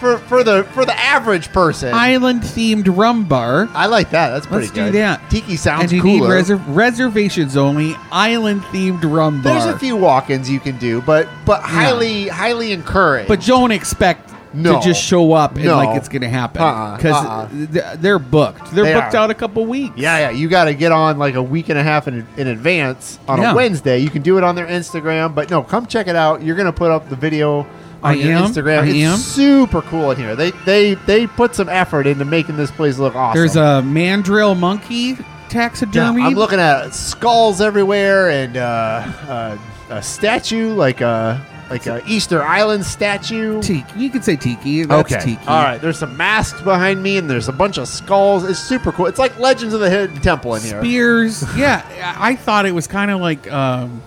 A: for for the for the average person,
B: Island themed rum bar.
A: I like that. That's pretty
B: Let's do
A: good.
B: that.
A: Tiki sounds
B: and you need
A: cooler.
B: reser- reservations only. Island themed rum bar.
A: There's a few walk-ins you can do, but but highly highly encouraged.
B: But don't expect
A: No.
B: to just show up and
A: No.
B: like it's going to happen
A: Uh-uh,
B: because
A: uh-uh.
B: they're booked. They're
A: They
B: booked
A: are.
B: out a couple weeks.
A: Yeah, yeah. You got to get on like a week and a half in, in advance on
B: Yeah.
A: a Wednesday. You can do it on their Instagram, but no, come check it out. You're gonna put up the video on
B: I
A: your
B: am,
A: Instagram.
B: I
A: it's
B: am.
A: super cool in here. They they they put some effort into making this place look awesome.
B: There's a mandrill monkey
A: Yeah,
B: taxidermy.
A: I'm looking at skulls everywhere and uh, uh, a statue like a like a Easter Island statue.
B: Tiki. You could say tiki. That's tiki.
A: All right. There's some masks behind me, and there's a bunch of skulls. It's super cool. It's like Legends of the Hidden Temple in here.
B: Spears. yeah, I I thought it was kind of like um,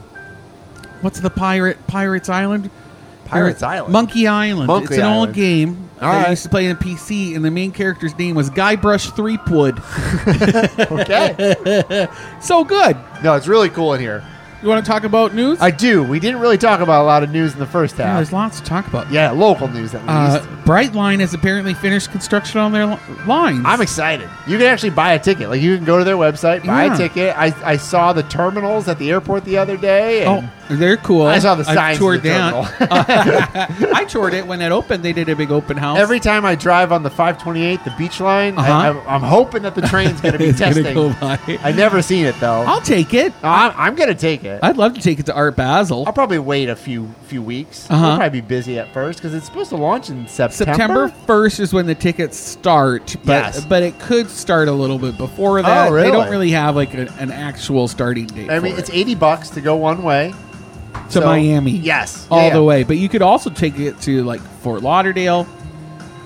B: what's the pirate Pirates Island?
A: Pirates Island.
B: Monkey Island.
A: Monkey
B: it's an
A: Island.
B: old game.
A: All
B: I
A: right.
B: used to play in PC, and the main character's name was Guybrush Threepwood.
A: Okay.
B: So good.
A: No, it's really cool in here.
B: You want to talk about news?
A: I do. We didn't really talk about a lot of news in the first
B: yeah,
A: half.
B: there's lots to talk about.
A: Yeah, local news at
B: Uh,
A: least.
B: Brightline has apparently finished construction on their li- lines.
A: I'm excited. You can actually buy a ticket. Like you can go to their website, buy
B: Yeah.
A: a ticket. I, I saw the terminals at the airport the other day. and-
B: Oh, they're cool.
A: I saw the
B: I've
A: signs of
B: toured
A: the terminal.
B: that. I toured it when it opened. They did a big open house.
A: Every time I drive on the 528, the beach line,
B: Uh-huh.
A: I, I'm, I'm hoping that the train's going to be
B: It's gonna
A: testing.
B: go by.
A: I Uh, never seen it though.
B: I'll take it.
A: No, I'm, I'm going to take it.
B: I'd love to take it to Art Basel.
A: I'll probably wait a few few weeks.
B: Uh-huh.
A: I'll probably be busy at first because it's supposed to launch in September.
B: September first is when the tickets start, but
A: Yes. Oh,
B: but it could start a little bit before that.
A: really?
B: They don't really have like an, an actual starting date.
A: I mean,
B: for
A: it's
B: it.
A: 80 bucks to go one way.
B: to
A: so-
B: Miami.
A: Yes.
B: all
A: Yeah,
B: the
A: yeah.
B: way. But you could also take it to like Fort Lauderdale,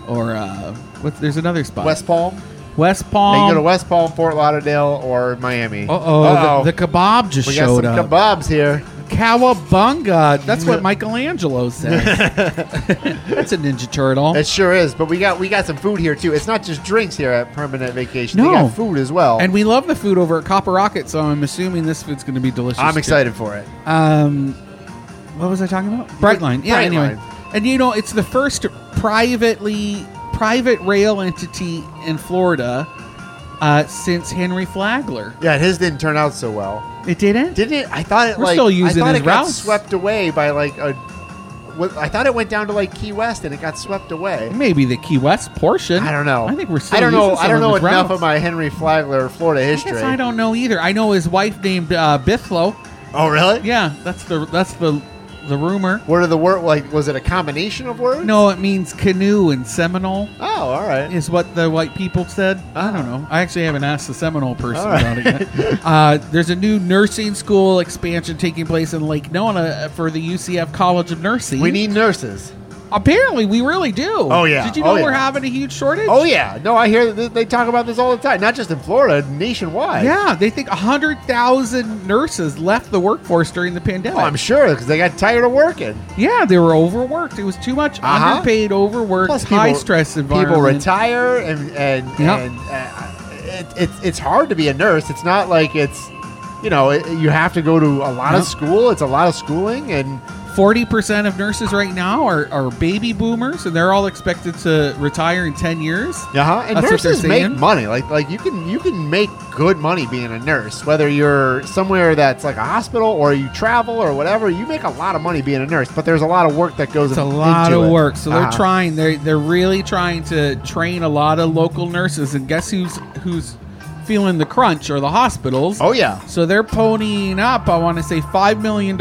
B: or uh, what? There's another spot,
A: West Palm.
B: West
A: They
B: Palm.
A: can go to West Palm, Fort Lauderdale, or Miami.
B: Um, Uh-oh, the, the kebab just
A: we got
B: showed
A: some
B: up.
A: kebabs here.
B: Cowabunga. That's what Michelangelo says. That's a Ninja Turtle.
A: It sure is, but we got we got some food here too. It's not just drinks here at Permanent Vacation.
B: No.
A: They got food as well,
B: And we love the food over at Copper Rocket, so I'm assuming this food's going to be delicious.
A: I'm
B: too.
A: excited for it.
B: Um, what was I talking about? Brightline. Yeah, anyway.
A: Brightline.
B: And you know, it's the first privately private rail entity in Florida uh, since Henry Flagler.
A: Yeah, his didn't turn out so well,
B: It didn't?
A: didn't it? I thought it
B: We're
A: like
B: still using
A: I thought
B: his
A: it got
B: routes.
A: swept away by like a. what- I thought it went down to like Key West and it got swept away.
B: Maybe the Key West portion.
A: I don't know.
B: I think we're still
A: I don't know.
B: using some
A: I don't know
B: his
A: enough
B: routes.
A: of my Henry Flagler Florida
B: I
A: history.
B: guess I don't know either. I know his wife named uh, Bithlo.
A: Oh, really?
B: Yeah, that's the that's the the rumor.
A: What are the word like? Was it a combination of words?
B: No, it means canoe and Seminole
A: Oh, all right.
B: is what the white people said. I don't know. I actually haven't asked the Seminole person
A: All right.
B: about it yet. Uh, there's a new nursing school expansion taking place in Lake Nona for the UCF College of Nursing.
A: We need nurses.
B: apparently we really do.
A: Oh, yeah.
B: Did you
A: Oh,
B: know we're
A: yeah.
B: having a huge shortage?
A: Oh yeah, no, I hear that they talk about this all the time, not just in Florida, nationwide.
B: Yeah, they think 100,000 nurses left the workforce during the pandemic.
A: Oh, I'm sure because they got tired of working.
B: yeah, they were overworked. It was too much
A: Uh-huh.
B: underpaid, overworked,
A: Plus,
B: high
A: people-
B: stress environment.
A: People retire, and and
B: Yeah.
A: and uh, it, it's it's hard to be a nurse. It's not like it's you know it, you have to go to a lot of
B: Yeah.
A: school. It's a lot of schooling, and
B: Forty percent of nurses right now are, are baby boomers, and they're all expected to retire in ten years.
A: uh and
B: That's what
A: nurses
B: they're
A: make
B: saying.
A: money. Like like you can you can make good money being a nurse, whether you're somewhere that's like a hospital or you travel or whatever. You make a lot of money being a nurse, but there's a lot of work that goes.
B: It's a
A: in-
B: lot
A: into
B: of
A: it.
B: work, so they're
A: Uh-huh.
B: trying. They're they're really trying to train a lot of local nurses. And guess who's who's feeling the crunch or the hospitals.
A: Oh, yeah.
B: So they're ponying up, I want to say, $5 million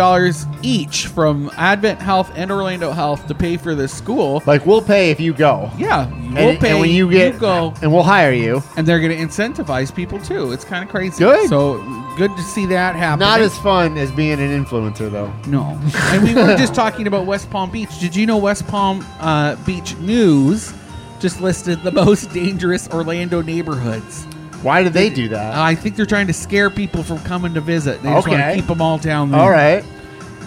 B: each from Advent Health and Orlando Health to pay for this school.
A: Like we'll pay if you go.
B: Yeah, we'll
A: and,
B: pay.
A: and when you get
B: go,
A: and we'll hire you.
B: and they're going to incentivize people too. It's kind of crazy.
A: Good.
B: So good to see that happen.
A: Not as fun as being an influencer though.
B: no. and we were just talking about West Palm Beach. Did you know West Palm uh, Beach News just listed the most dangerous Orlando neighborhoods? Uh,
A: Why did they do that?
B: I think they're trying to scare people from coming to visit. They just want
A: Okay.
B: to keep them all down there.
A: All right.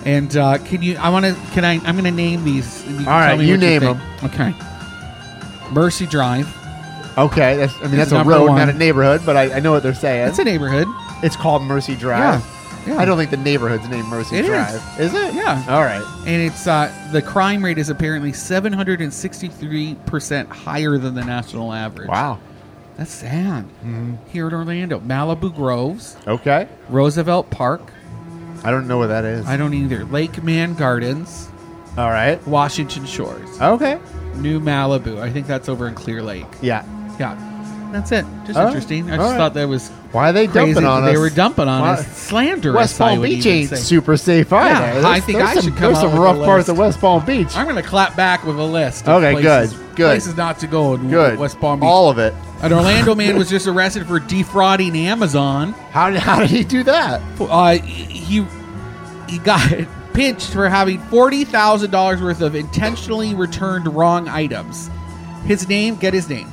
B: And uh, can you? I want to. Can I? I'm going to name these. and You can
A: All right,
B: tell me
A: you
B: what
A: name
B: think. Okay. Mercy Drive.
A: Okay. That's, I mean,
B: It's
A: that's a
B: number
A: road,
B: one.
A: not a neighborhood, but I, I know what they're saying.
B: That's a neighborhood.
A: It's called Mercy Drive.
B: Yeah. Yeah.
A: I don't think the neighborhood's named Mercy
B: It is.
A: Drive. Is. it?
B: Yeah.
A: All right.
B: and it's uh, the crime rate is apparently 763% higher than the national average.
A: Wow. Mm-hmm.
B: That's sad. Here in Orlando, Malibu Groves,
A: Okay.
B: Roosevelt Park,
A: I don't know what that is.
B: I don't either, Lake Man Gardens,
A: All right.
B: Washington Shores,
A: Okay.
B: New Malibu. I think that's over in Clear Lake.
A: Yeah.
B: Yeah. That's it. Just
A: All right.
B: interesting. I
A: All
B: just
A: right.
B: thought that was
A: Why are they
B: crazy.
A: dumping on
B: that
A: us?
B: They were dumping on
A: Why-
B: us. Slanderous.
A: West
B: I
A: Palm
B: would
A: Beach
B: even
A: ain't
B: say.
A: super safe either.
B: Yeah,
A: There's-
B: I think
A: there's
B: I
A: some,
B: should come
A: There's
B: out
A: some
B: with a
A: rough parts
B: list.
A: of West Palm Beach.
B: I'm going to clap back with a list. Of
A: Okay,
B: places,
A: good, good.
B: Places not to go in
A: Good.
B: West Palm Beach.
A: All of it.
B: An Orlando man was just arrested for defrauding Amazon.
A: How did, how did he do that?
B: Uh, he he got pinched for having forty thousand dollars worth of intentionally returned wrong items. His name, get his name,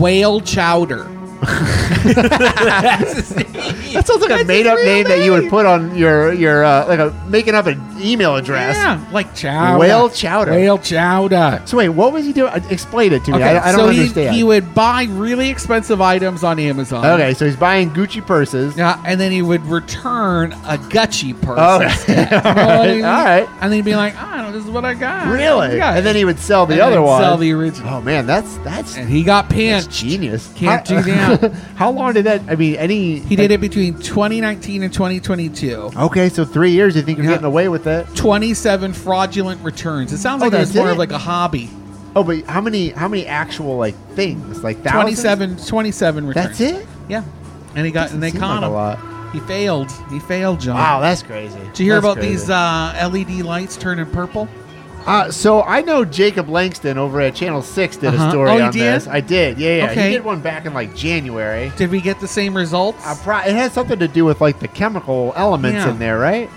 B: Whale Chowder. That's his name.
A: That sounds like a
B: That's
A: made up
B: his real
A: name, that you would put on your your uh, like a making up an email address.
B: Yeah, like chowder.
A: Whale chowder.
B: Whale chowder.
A: So wait, what was he doing? Uh, Explain it to me. I, I don't
B: so he-
A: understand.
B: He, would buy really expensive items on Amazon.
A: okay, so he's buying Gucci purses.
B: Yeah, and then he would return a Gucci purse.
A: Oh.
B: instead. You know what I mean?
A: All right.
B: And then he'd be like, I don't know, this is what I got.
A: Really?
B: Yeah.
A: And then he would sell the
B: And
A: other
B: then
A: one.
B: Sell the original.
A: oh man, that's that's,
B: And he got
A: that's
B: pinched.
A: genius.
B: Can't
A: How-
B: do that.
A: How long did that? I mean, any
B: He did it between 2019 and 2022.
A: Okay, so three years. You think you're
B: Yeah.
A: getting away with it?
B: 27 fraudulent returns. It sounds
A: Oh,
B: like it
A: they
B: was more
A: did
B: of
A: it?
B: like a hobby.
A: Oh, but how many? How many actual like things? Like thousands?
B: 27, 27 returns.
A: That's it.
B: Yeah. And he got, and they
A: Doesn't seem like
B: caught
A: a
B: him.
A: lot.
B: He failed. He failed, John.
A: Wow, that's crazy.
B: Did you hear about these uh, LED lights turning purple?
A: Uh, so I know Jacob Langston over at Channel Six did
B: Uh-huh.
A: a story
B: Oh, he
A: on
B: did?
A: this. I did. Yeah, yeah.
B: Okay.
A: He did one back in like January.
B: Did we get the same results?
A: I pro- it has something to do with like the chemical elements
B: Yeah.
A: in there, right?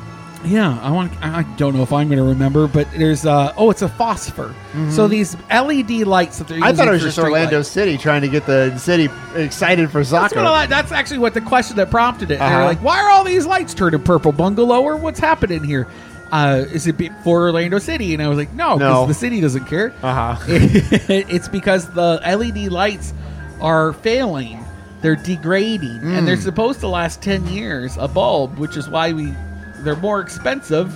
B: Yeah, I want. I I don't know if I'm going to remember, but there's. Uh, oh, it's a phosphor. So these LED lights that they're.
A: Mm-hmm. I
B: using
A: thought it was
B: for
A: just
B: street
A: Orlando
B: lights.
A: City trying to get the city excited for
B: That's,
A: soccer.
B: what a lot, that's actually what the question that prompted it. They're
A: Uh-huh.
B: like, "Why are all these lights turning purple, bungalow, or what's happening here? Uh, is it be- for Orlando City?" And I was like, "No, because
A: No.
B: the city doesn't care.
A: Uh-huh.
B: it's because the LED lights are failing. They're degrading, and
A: Mm.
B: they're supposed to last ten years a bulb, which is why we they're more expensive.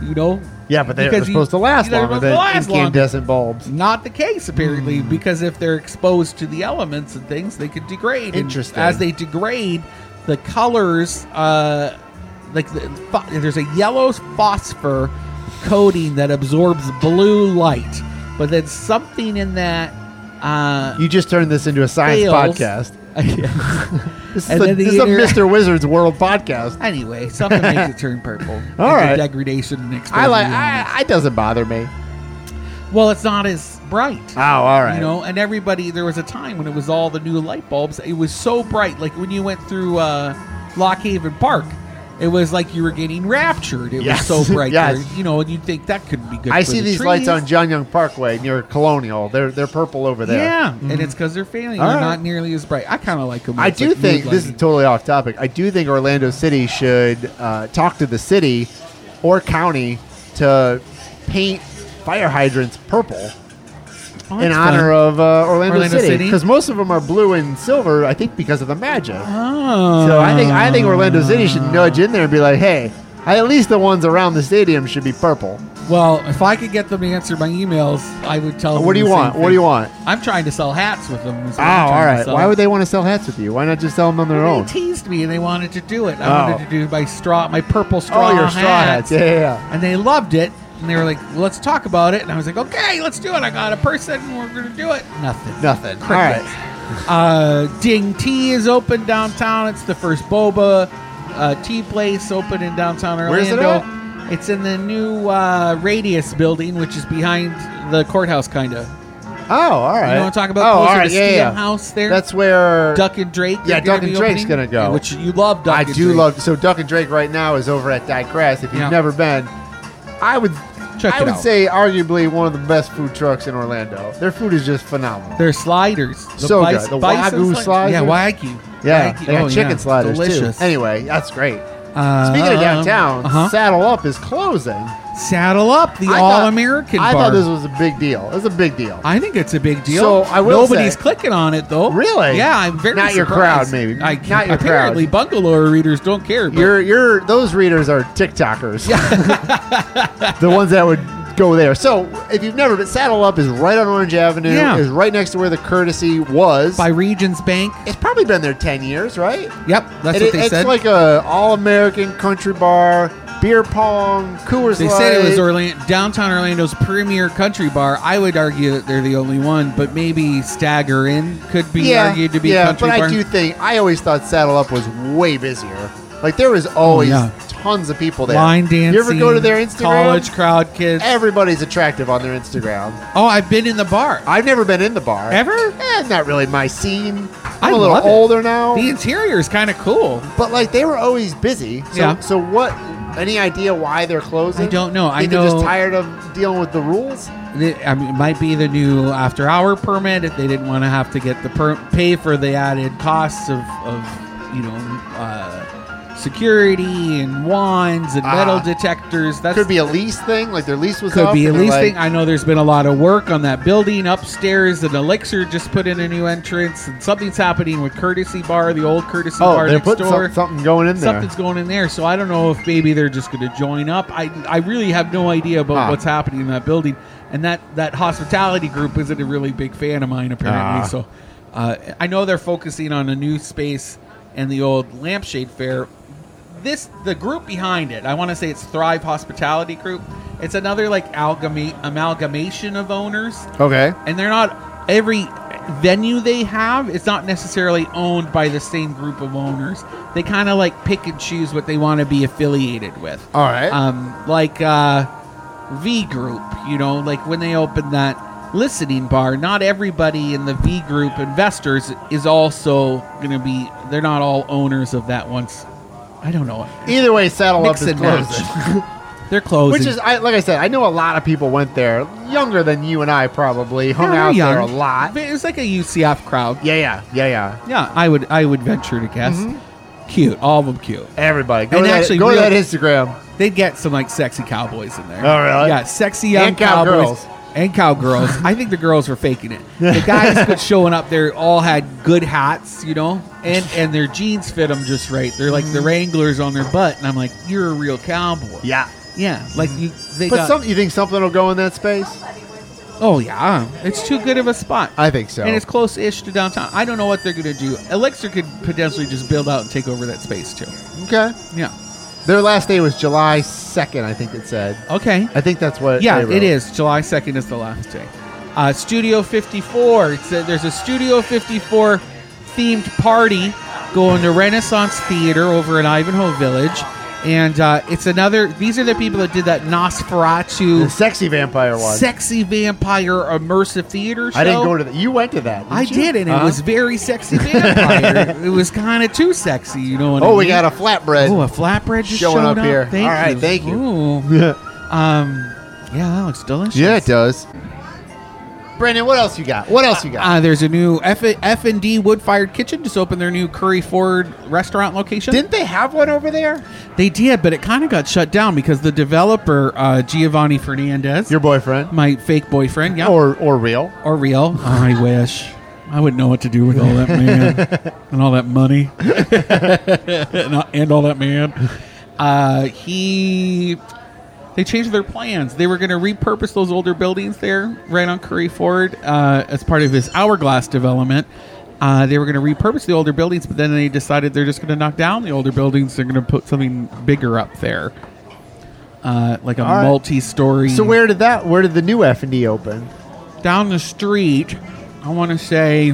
B: You know,
A: yeah, but they're
B: Because you-
A: supposed to last
B: they're
A: longer
B: supposed to
A: than
B: last longer.
A: incandescent bulbs.
B: not the case apparently
A: Hmm.
B: because if they're exposed to the elements and things they could degrade And
A: Interesting.
B: as they degrade the colors uh like the, pho- there's a yellow phosphor coating that absorbs blue light but then something in that uh
A: You just turned this into a science
B: fails.
A: podcast. This is,
B: And
A: a,
B: then the
A: this is a
B: inter-
A: Mr. Wizard's World podcast.
B: anyway something makes it turn purple
A: All
B: Like the
A: right.
B: degradation and exposure
A: I like.
B: to the elements.
A: I, it doesn't bother me.
B: well it's not as bright
A: Oh, all right.
B: You know, and everybody, there was a time when it was all the new light bulbs. It was so bright. Like when you went through uh, Lockhaven Park, it was like you were getting raptured. It
A: Yes.
B: was so bright.
A: Yes.
B: there, you know, and you'd think that couldn't be good.
A: I
B: for
A: see
B: the
A: these
B: trees.
A: lights on John Young Parkway near Colonial. They're they're purple over there. Mm-hmm.
B: Yeah, and it's because they're failing.
A: All
B: they're
A: right.
B: not nearly as bright. I kind of like them.
A: I do think this is totally off topic. I do think Orlando City should uh, talk to the city or county to paint fire hydrants purple in honor of uh, Orlando,
B: Orlando
A: City
B: City?
A: because most of them are blue and silver. I think because of the magic.
B: Oh.
A: So I think I think Orlando City
B: Ah.
A: should nudge in there and be like, hey, at least the ones around the stadium should be purple.
B: Well, if I could get them to answer my emails, I would tell. them
A: What do you
B: the same
A: want? What do
B: thing.
A: you want?
B: I'm trying to sell hats with them.
A: Oh, all right. Why would they want to sell hats with you? Why not just sell them on their
B: Well,
A: own?
B: They teased me and they wanted to do it. I wanted
A: Oh.
B: to do my straw, my purple straw,
A: Oh, your straw hats. Yeah, yeah, yeah.
B: And they loved it. And they were like, "Let's talk about it." And I was like, "Okay, let's do it. I got a person. We're going to do it." Nothing.
A: Nothing.
B: Crickets.
A: All right.
B: Uh, Ding Tea is open downtown. It's the first boba uh, tea place open in downtown Orlando.
A: Where's it
B: It's in the new uh, Radius building, which is behind the courthouse, kind of.
A: Oh, all right.
B: You want to talk about
A: oh,
B: closer
A: all right,
B: to
A: yeah,
B: Steel
A: yeah.
B: House there?
A: That's where
B: Duck and Drake.
A: Yeah,
B: they're gonna
A: Duck and
B: be
A: Drake's
B: opening,
A: gonna go.
B: yeah, which you love. Duck
A: I
B: and
A: do
B: Drake.
A: love. So Duck and Drake right now is over at Digress. If you've
B: Yeah.
A: never been, I would.
B: Check
A: I
B: it
A: would
B: out.
A: say arguably one of the best food trucks in Orlando. Their food is just phenomenal.
B: Their sliders. The
A: So
B: bis-
A: good. The
B: bison
A: Wagyu sliders.
B: Yeah, Wagyu.
A: yeah,
B: Wagyu.
A: they got
B: Oh,
A: chicken
B: yeah.
A: sliders
B: Delicious.
A: too. Anyway, that's great.
B: Uh,
A: Speaking of downtown,
B: uh-huh.
A: Saddle Up is closing.
B: Saddle Up, the
A: I thought-
B: All American
A: I
B: bar.
A: thought this was a big deal. It's a big deal.
B: I think it's a big deal.
A: So, I will
B: Nobody's
A: say-
B: clicking on it though.
A: Really?
B: Yeah, I'm very
A: Not your
B: surprised.
A: crowd, maybe.
B: I,
A: Not your
B: apparently, Bungalow readers don't care. But
A: Your your those readers are TikTokers. the ones that would go there. So if you've never been Saddle Up is right on Orange Avenue,
B: Yeah.
A: is right next to where the courtesy was.
B: by Regions Bank.
A: it's probably been there ten years, right?
B: Yep, that's
A: And
B: what
A: it-
B: they
A: it's
B: said.
A: like a all American country bar, beer pong, Coors
B: they said it was
A: Light.
B: Orlando, downtown Orlando's premier country bar. I would argue that they're the only one, but maybe Stagger Inn could be
A: yeah,
B: argued to be
A: yeah,
B: a country
A: but
B: bar.
A: I do think I always thought Saddle Up was way busier. Like there was always
B: Oh, yeah.
A: tons of people there.
B: Line dancing.
A: You ever go to their Instagram?
B: College crowd kids.
A: Everybody's attractive on their Instagram.
B: oh, I've been in the bar.
A: I've never been in the bar
B: Ever?
A: Eh, not really my scene.
B: I
A: I'm a little
B: love it.
A: older now,
B: The interior is kind of cool.
A: but like they were always busy. So,
B: Yeah.
A: So what? Any idea why they're closing?
B: I don't know. I
A: Think They're
B: know-
A: just tired of dealing with the rules.
B: It, I mean, it might be the new after hour permit if they didn't want to have to get the per- pay for the added costs of, of you know uh, security and wands and metal
A: Ah.
B: detectors. That
A: Could be a lease thing. Like their lease was
B: could
A: up,
B: be a
A: and they're
B: lease
A: like,
B: thing. I know there's been a lot of work on that building upstairs. An elixir just put in a new entrance, and something's happening with courtesy bar, the old courtesy
A: Oh,
B: bar
A: they're
B: next
A: putting
B: door.
A: some- something going in there.
B: Something's going in there, so I don't know if maybe they're just going to join up. I, I really have no idea about
A: Huh.
B: what's happening in that building, and that that hospitality group isn't a really big fan of mine apparently.
A: Ah.
B: So uh, I know they're focusing on a new space and the old lampshade fair. This the group behind it. I want to say it's Thrive Hospitality Group. It's another like amalgama- amalgamation of owners
A: Okay.
B: and they're not every venue they have is not necessarily owned by the same group of owners they kind of like pick and choose what they want to be affiliated with
A: All right.
B: um like uh v group you know like when they opened that listening bar not everybody in the v group investors is also gonna be they're not all owners of that once i don't know
A: Either way, Saddle Up
B: mix
A: is
B: and match
A: closing.
B: they're closing
A: Which is, I, like I said, I know a lot of people went there, younger than you and I probably, hung
B: Yeah,
A: out
B: they're
A: there a
B: young.
A: lot.
B: it was like a ucf crowd
A: Yeah, yeah, yeah, yeah.
B: Yeah, I would I would venture to guess.
A: Mm-hmm.
B: Cute, all of them cute.
A: Everybody, go,
B: And
A: to, that-
B: actually
A: go to
B: real-
A: that Instagram.
B: They'd get some like sexy cowboys in there.
A: Oh, really?
B: Yeah, sexy young
A: And
B: cowboys
A: cowgirls.
B: and cowgirls. I think the girls were faking it. The guys good showing up there all had good hats, you know, and and their jeans fit them just right. They're like the Wranglers on their butt, and I'm like, you're a real cowboy.
A: Mm-hmm. Yeah. Mm-hmm.
B: yeah, like you. They
A: But
B: got,
A: some, you think something will go in that space?
B: oh yeah, it's too good of a spot.
A: I think so.
B: And it's close-ish to downtown. I don't know what they're going to do. Elixir could potentially just build out and take over that space too.
A: okay.
B: Yeah.
A: Their last day was July 2nd, I think it said.
B: Okay.
A: I think that's what.
B: Yeah,
A: they wrote.
B: it is. July 2nd is the last day. Uh, Studio 54. It's a, there's a Studio 54 themed party going to Renaissance Theater over in Ivanhoe Village. And uh, it's another, these are the people that did that
A: The
B: Nosferatu
A: sexy vampire one.
B: sexy vampire immersive theater show.
A: I didn't go to that. You went to that.
B: I
A: didn't you?
B: did, and it
A: Uh-huh.
B: was very sexy vampire. it was kind of too sexy, you know what I
A: Oh, we
B: mean?
A: got a flatbread.
B: Oh, a flatbread just
A: Showing
B: showed
A: up here.
B: Thank
A: All
B: you.
A: right, thank you.
B: Ooh. Um, yeah, that looks delicious.
A: yeah, it does. Brandon, what else you got? What else you got?
B: Uh, there's a new F and D wood fired kitchen just opened their new Curry Ford restaurant location.
A: didn't they have one over there?
B: they did, but it kind of got shut down because the developer uh, Giovanni Fernandez,
A: Your boyfriend.
B: my fake boyfriend, yeah, or,
A: Or, or real.
B: real. I wish I wouldn't know what to do with all that man and all that money and, and all that man. Uh, he they changed their plans. They were going to repurpose those older buildings there, right on Curry Ford, uh, as part of this hourglass development. Uh, they were going to repurpose the older buildings, but then they decided they're just going to knock down the older buildings. They're going to put something bigger up there, uh, like a
A: right.
B: multi-story.
A: So where did that? Where did the new F and D open?
B: down the street? I want to say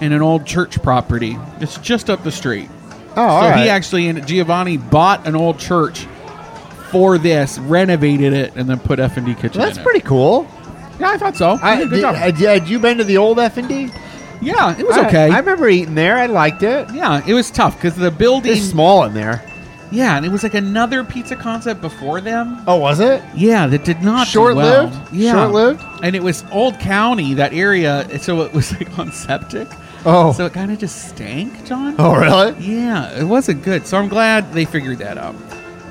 B: and an old church property. It's just up the street.
A: Oh, all
B: so
A: right.
B: he actually and Giovanni bought an old church for this, renovated it, and then put F and D kitchen.
A: Well, that's
B: in it.
A: pretty cool.
B: Yeah, I thought so.
A: I,
B: yeah,
A: did,
B: good job.
A: I- did- had you been to the old F and D?
B: yeah, it was okay.
A: I, remember eating there. I liked it.
B: yeah, it was tough because the building.
A: It's small in there.
B: Yeah, and it was like another pizza concept before them.
A: Oh, was it?
B: Yeah, that did not do
A: Short-lived?
B: well. Yeah,
A: Short-lived?
B: and it was Old County that area, so it was like on septic.
A: Oh.
B: so it kind of just stank, John.
A: Oh, really?
B: Yeah, it wasn't good. So I'm glad they figured that out.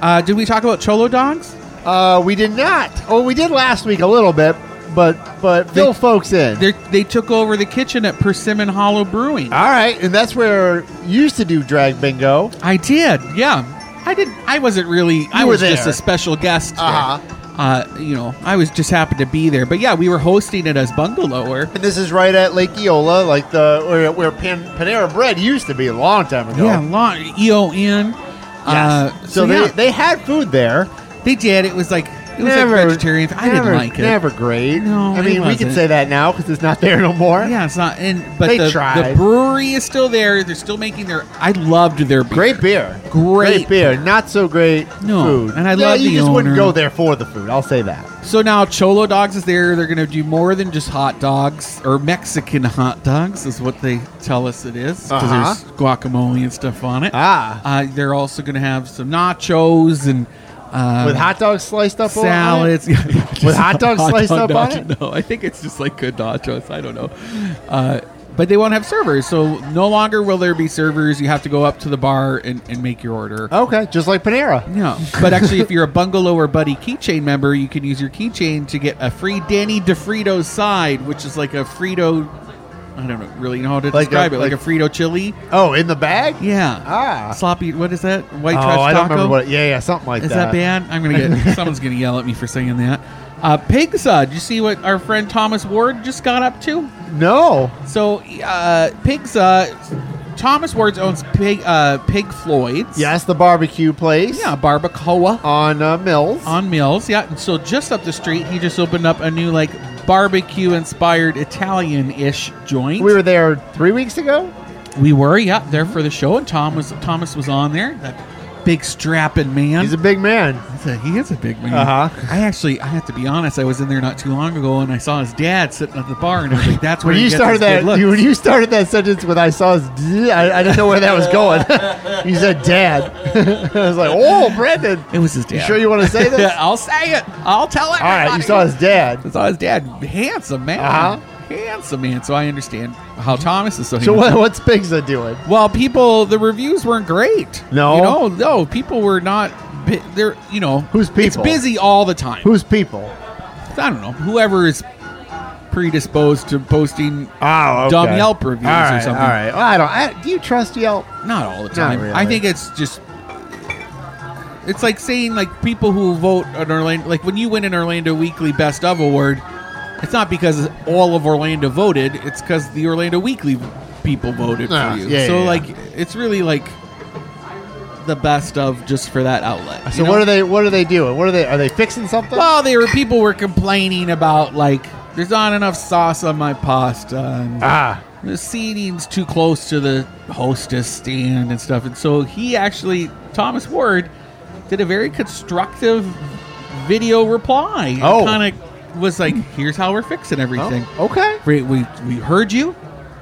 B: Uh, did we talk about cholo dogs?
A: Uh, we did not. Oh, we did last week a little bit, but but fill folks in.
B: They they took over the kitchen at Persimmon Hollow Brewing.
A: All right, and that's where you used to do drag bingo.
B: I did. Yeah, I did. I wasn't really. I
A: were
B: was just
A: there.
B: a special guest.
A: Uh-huh.
B: Uh, you know, I was just happy to be there. But yeah, we were hosting it as bungalower.
A: And this is right at Lake Eola, like the where, where Pan, Panera Bread used to be a long time ago.
B: Yeah, long EON. Uh,
A: Yes.
B: so
A: so they,
B: yeah,
A: they had food there.
B: they did. It was like it was like vegetarian. I
A: never-
B: didn't like it.
A: Never great.
B: No,
A: I
B: it
A: mean we can
B: wasn't.
A: say that now because it's not there no more.
B: Yeah, it's not. And but
A: They
B: the, the
A: tried.
B: brewery is still there. They're still making their. I loved their beer.
A: Great beer.
B: Great
A: beer. Not so great
B: No,
A: food.
B: and I
A: yeah,
B: love
A: you
B: the
A: just wouldn't
B: owner.
A: go there for the food. I'll say that.
B: So now Cholo Dogs is there. They're going to do more than just hot dogs or Mexican hot dogs, is what they tell us it is, 'cause
A: Uh-huh.
B: there's guacamole and stuff on it.
A: Ah.
B: Uh, they're also going to have some nachos and uh,
A: With hot dogs sliced up on it?
B: salads.
A: With hot dogs sliced up on
B: nacho-
A: it?
B: No, I think it's just like good nachos. I don't know. Uh, but they won't have servers, so no longer will there be servers. You have to go up to the bar and, and make your order.
A: Okay, just like Panera.
B: No, but actually, if you're a Bungalow or Buddy keychain member, you can use your keychain to get a free Danny DeFrito side, which is like a Frito. I don't know, really know how to
A: Like a-
B: describe it, like,
A: like-
B: a Frito chili.
A: Oh, in the bag?
B: Yeah.
A: Ah.
B: Sloppy. What is that? White
A: oh,
B: trash
A: I don't
B: taco.
A: remember what. Yeah, yeah, something like
B: Is
A: that.
B: that bad? I'm gonna get someone's gonna yell at me for saying that. Uh, Pigsa, did you see what our friend Thomas Ward just got up to?
A: No.
B: So, uh, Pigsa, Thomas Ward owns Pig uh, Pig Floyd's.
A: Yes, the barbecue place.
B: yeah, barbacoa
A: On uh, Mills.
B: on Mills. Yeah, and so just up the street, he just opened up a new like barbecue-inspired Italian-ish joint.
A: we were there three weeks ago.
B: we were, yeah, there for the show, and Tom was Thomas was on there. That big strapping man.
A: He's a big man.
B: He's a- he is a big man.
A: Uh-huh.
B: I actually, I have to be honest. I was in there not too long ago, and I saw his dad sitting at the bar, and I was like, "That's where
A: When
B: he
A: you
B: gets
A: started
B: his good
A: that,
B: looks.
A: you, when you started that sentence with "I saw," his d- I, I didn't know where that was going. you said "Dad." I was like, "Oh, Brendan."
B: it was his dad.
A: You sure you want to say this? All
B: I'll say it. I'll tell everybody.
A: right, you saw his dad.
B: I saw his dad, handsome man,
A: Uh-huh.
B: handsome man. So I understand how Thomas is so.
A: So
B: handsome.
A: what, what's Pigza doing?
B: Well, people, the reviews weren't great.
A: No?
B: you know, no, people were not. bu- They're, you know,
A: Who's
B: It's
A: people?
B: busy all the time.
A: Who's people?
B: I don't know. Whoever is predisposed to posting
A: Oh,
B: Dumb Yelp reviews or
A: All right,
B: something.
A: All right. Well, I don't. I, do you trust Yelp?
B: Not all the time.
A: really.
B: I think it's just. It's like saying like people who vote on Orlando, like when you win an Orlando Weekly Best of award, it's not because all of Orlando voted. It's because the Orlando Weekly people voted
A: Ah,
B: for you.
A: yeah,
B: so
A: yeah, yeah.
B: like it's really like the best of just for that outlet.
A: So what are they? What are they doing? What are they? Are they fixing something?
B: Well, they were people were complaining about like there's not enough sauce on my pasta. And,
A: ah,
B: the seating's too close to the hostess stand and stuff. And so he actually, Thomas Ward, did a very constructive video reply.
A: Oh.
B: Kind of was like, here's how we're fixing everything.
A: oh, okay.
B: We, we, we heard you.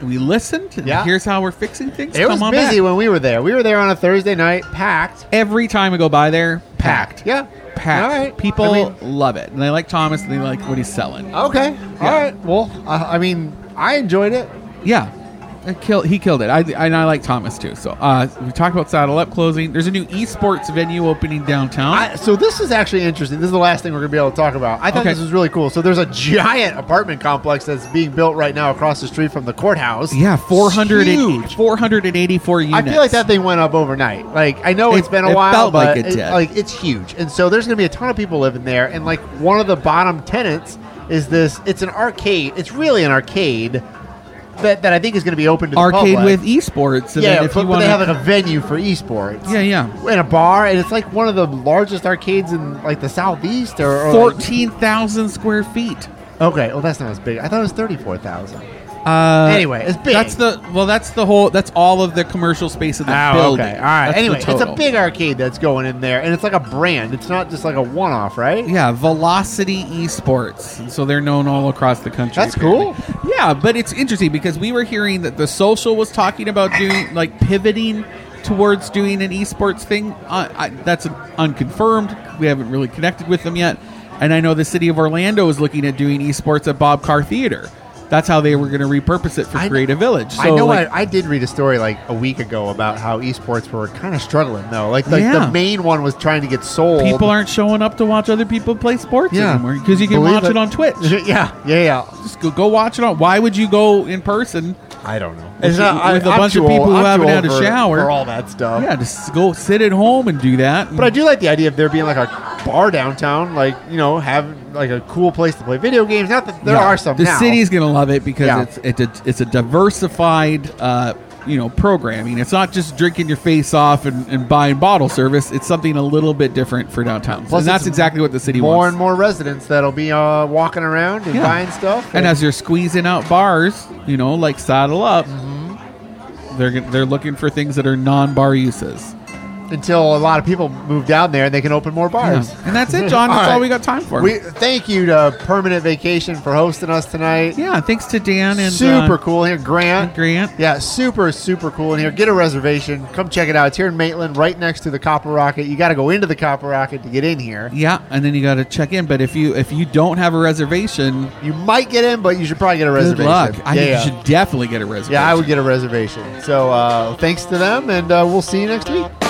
B: and We listened. and
A: Yeah.
B: Here's how we're fixing things.
A: It
B: Come
A: was
B: on
A: busy
B: back.
A: when we were there. We were there on a Thursday night, packed,
B: Every time I go by there, packed.
A: packed. Yeah,
B: Packed.
A: All right.
B: People
A: I mean-
B: love it. And they like Thomas and they like what he's selling.
A: Okay. All right. Well, I I mean, I enjoyed it.
B: Yeah. I kill, he killed it. I, and I like Thomas too. So uh, we talked about Saddle Up closing. There's a new esports venue opening downtown.
A: I, so this is actually interesting. This is the last thing we're going to be able to talk about. I thought
B: Okay.
A: this was really cool. So there's a giant apartment complex that's being built right now across the street from the courthouse.
B: yeah, 400 and-
A: Huge.
B: 484 units.
A: I feel like that thing went up overnight. Like I know
B: It-
A: it's been a
B: it
A: while,
B: felt
A: but
B: like it did.
A: like it's huge. And so there's going to be a ton of people living there. And like one of the bottom tenants is this. It's an arcade. It's really an arcade that, that I think is going to be open to the
B: arcade
A: public.
B: with esports. And
A: yeah,
B: then if
A: but,
B: you
A: but
B: want
A: they have like a venue for esports.
B: yeah, yeah.
A: in a bar, and it's like one of the largest arcades in like the southeast or, or like-
B: 14,000 square feet.
A: okay, well that's not as big. I thought it was thirty four thousand.
B: Uh,
A: Anyway, it's big.
B: That's the well. That's the whole. That's all of the commercial space of the
A: Oh,
B: building.
A: okay. All right.
B: That's the
A: anyway, it's a
B: total.
A: big arcade that's going in there, and it's like a brand. It's not just like a one-off, right?
B: Yeah, Velocity Esports. And so they're known all across the country.
A: That's
B: cool. Yeah, but it's interesting because we were hearing that the social was talking about doing like pivoting towards doing an esports thing. Uh, I, that's unconfirmed. We haven't really connected with them yet. And I know the city of Orlando is looking at doing esports at Bob Carr Theater. That's how they were going to repurpose it for
A: I kn-
B: Creative Village.
A: I
B: So,
A: know
B: like-
A: I, I did read a story like a week ago about how esports were kind of struggling though. Like, like
B: Yeah.
A: the main one was trying to get sold.
B: people aren't showing up to watch other people play sports
A: Yeah.
B: anymore because you can
A: Believe
B: watch
A: it.
B: it on Twitch.
A: yeah, yeah, yeah.
B: Just go, go watch it on. Why would you go in person?
A: I don't know.
B: With- with a bunch of people who haven't had a shower.
A: for all that stuff.
B: Yeah, just go sit at home and do that.
A: Oh. But I do like the idea of there being like a bar downtown, like you know, have like a cool place to play video games. Not that there
B: Yeah.
A: are some.
B: The
A: now.
B: city's going to love it because
A: Yeah.
B: it's it's a, it's a diversified uh, you know programming. It's not just drinking your face off and, and buying bottle service. It's something a little bit different for downtown.
A: Plus
B: and that's
A: it's
B: exactly what the city
A: more
B: wants.
A: and more residents that'll be uh, walking around and
B: Yeah.
A: buying stuff.
B: And as you're squeezing out bars, you know, like saddle up,
A: Mm-hmm.
B: they're gon- they're looking for things that are non-bar uses.
A: until a lot of people move down there and they can open more bars.
B: Yeah. And that's it, John. That's all
A: right.
B: we got time for.
A: We thank you to Permanent Vacation for hosting us tonight.
B: yeah, thanks to Dan and uh,
A: super cool here, Grant.
B: Grant.
A: Yeah, super super cool in here. Get a reservation. Come check it out. It's here in Maitland, right next to the Copper Rocket. You got to go into the Copper Rocket to get in here.
B: Yeah, and then you got to check in. But if you if you don't have a reservation,
A: You might get in, but you should probably get a
B: good
A: reservation.
B: luck. I
A: yeah,
B: think
A: yeah.
B: you should definitely get a reservation.
A: yeah, I would get a reservation. So uh, thanks to them, and uh, we'll see you next week.
C: Oh,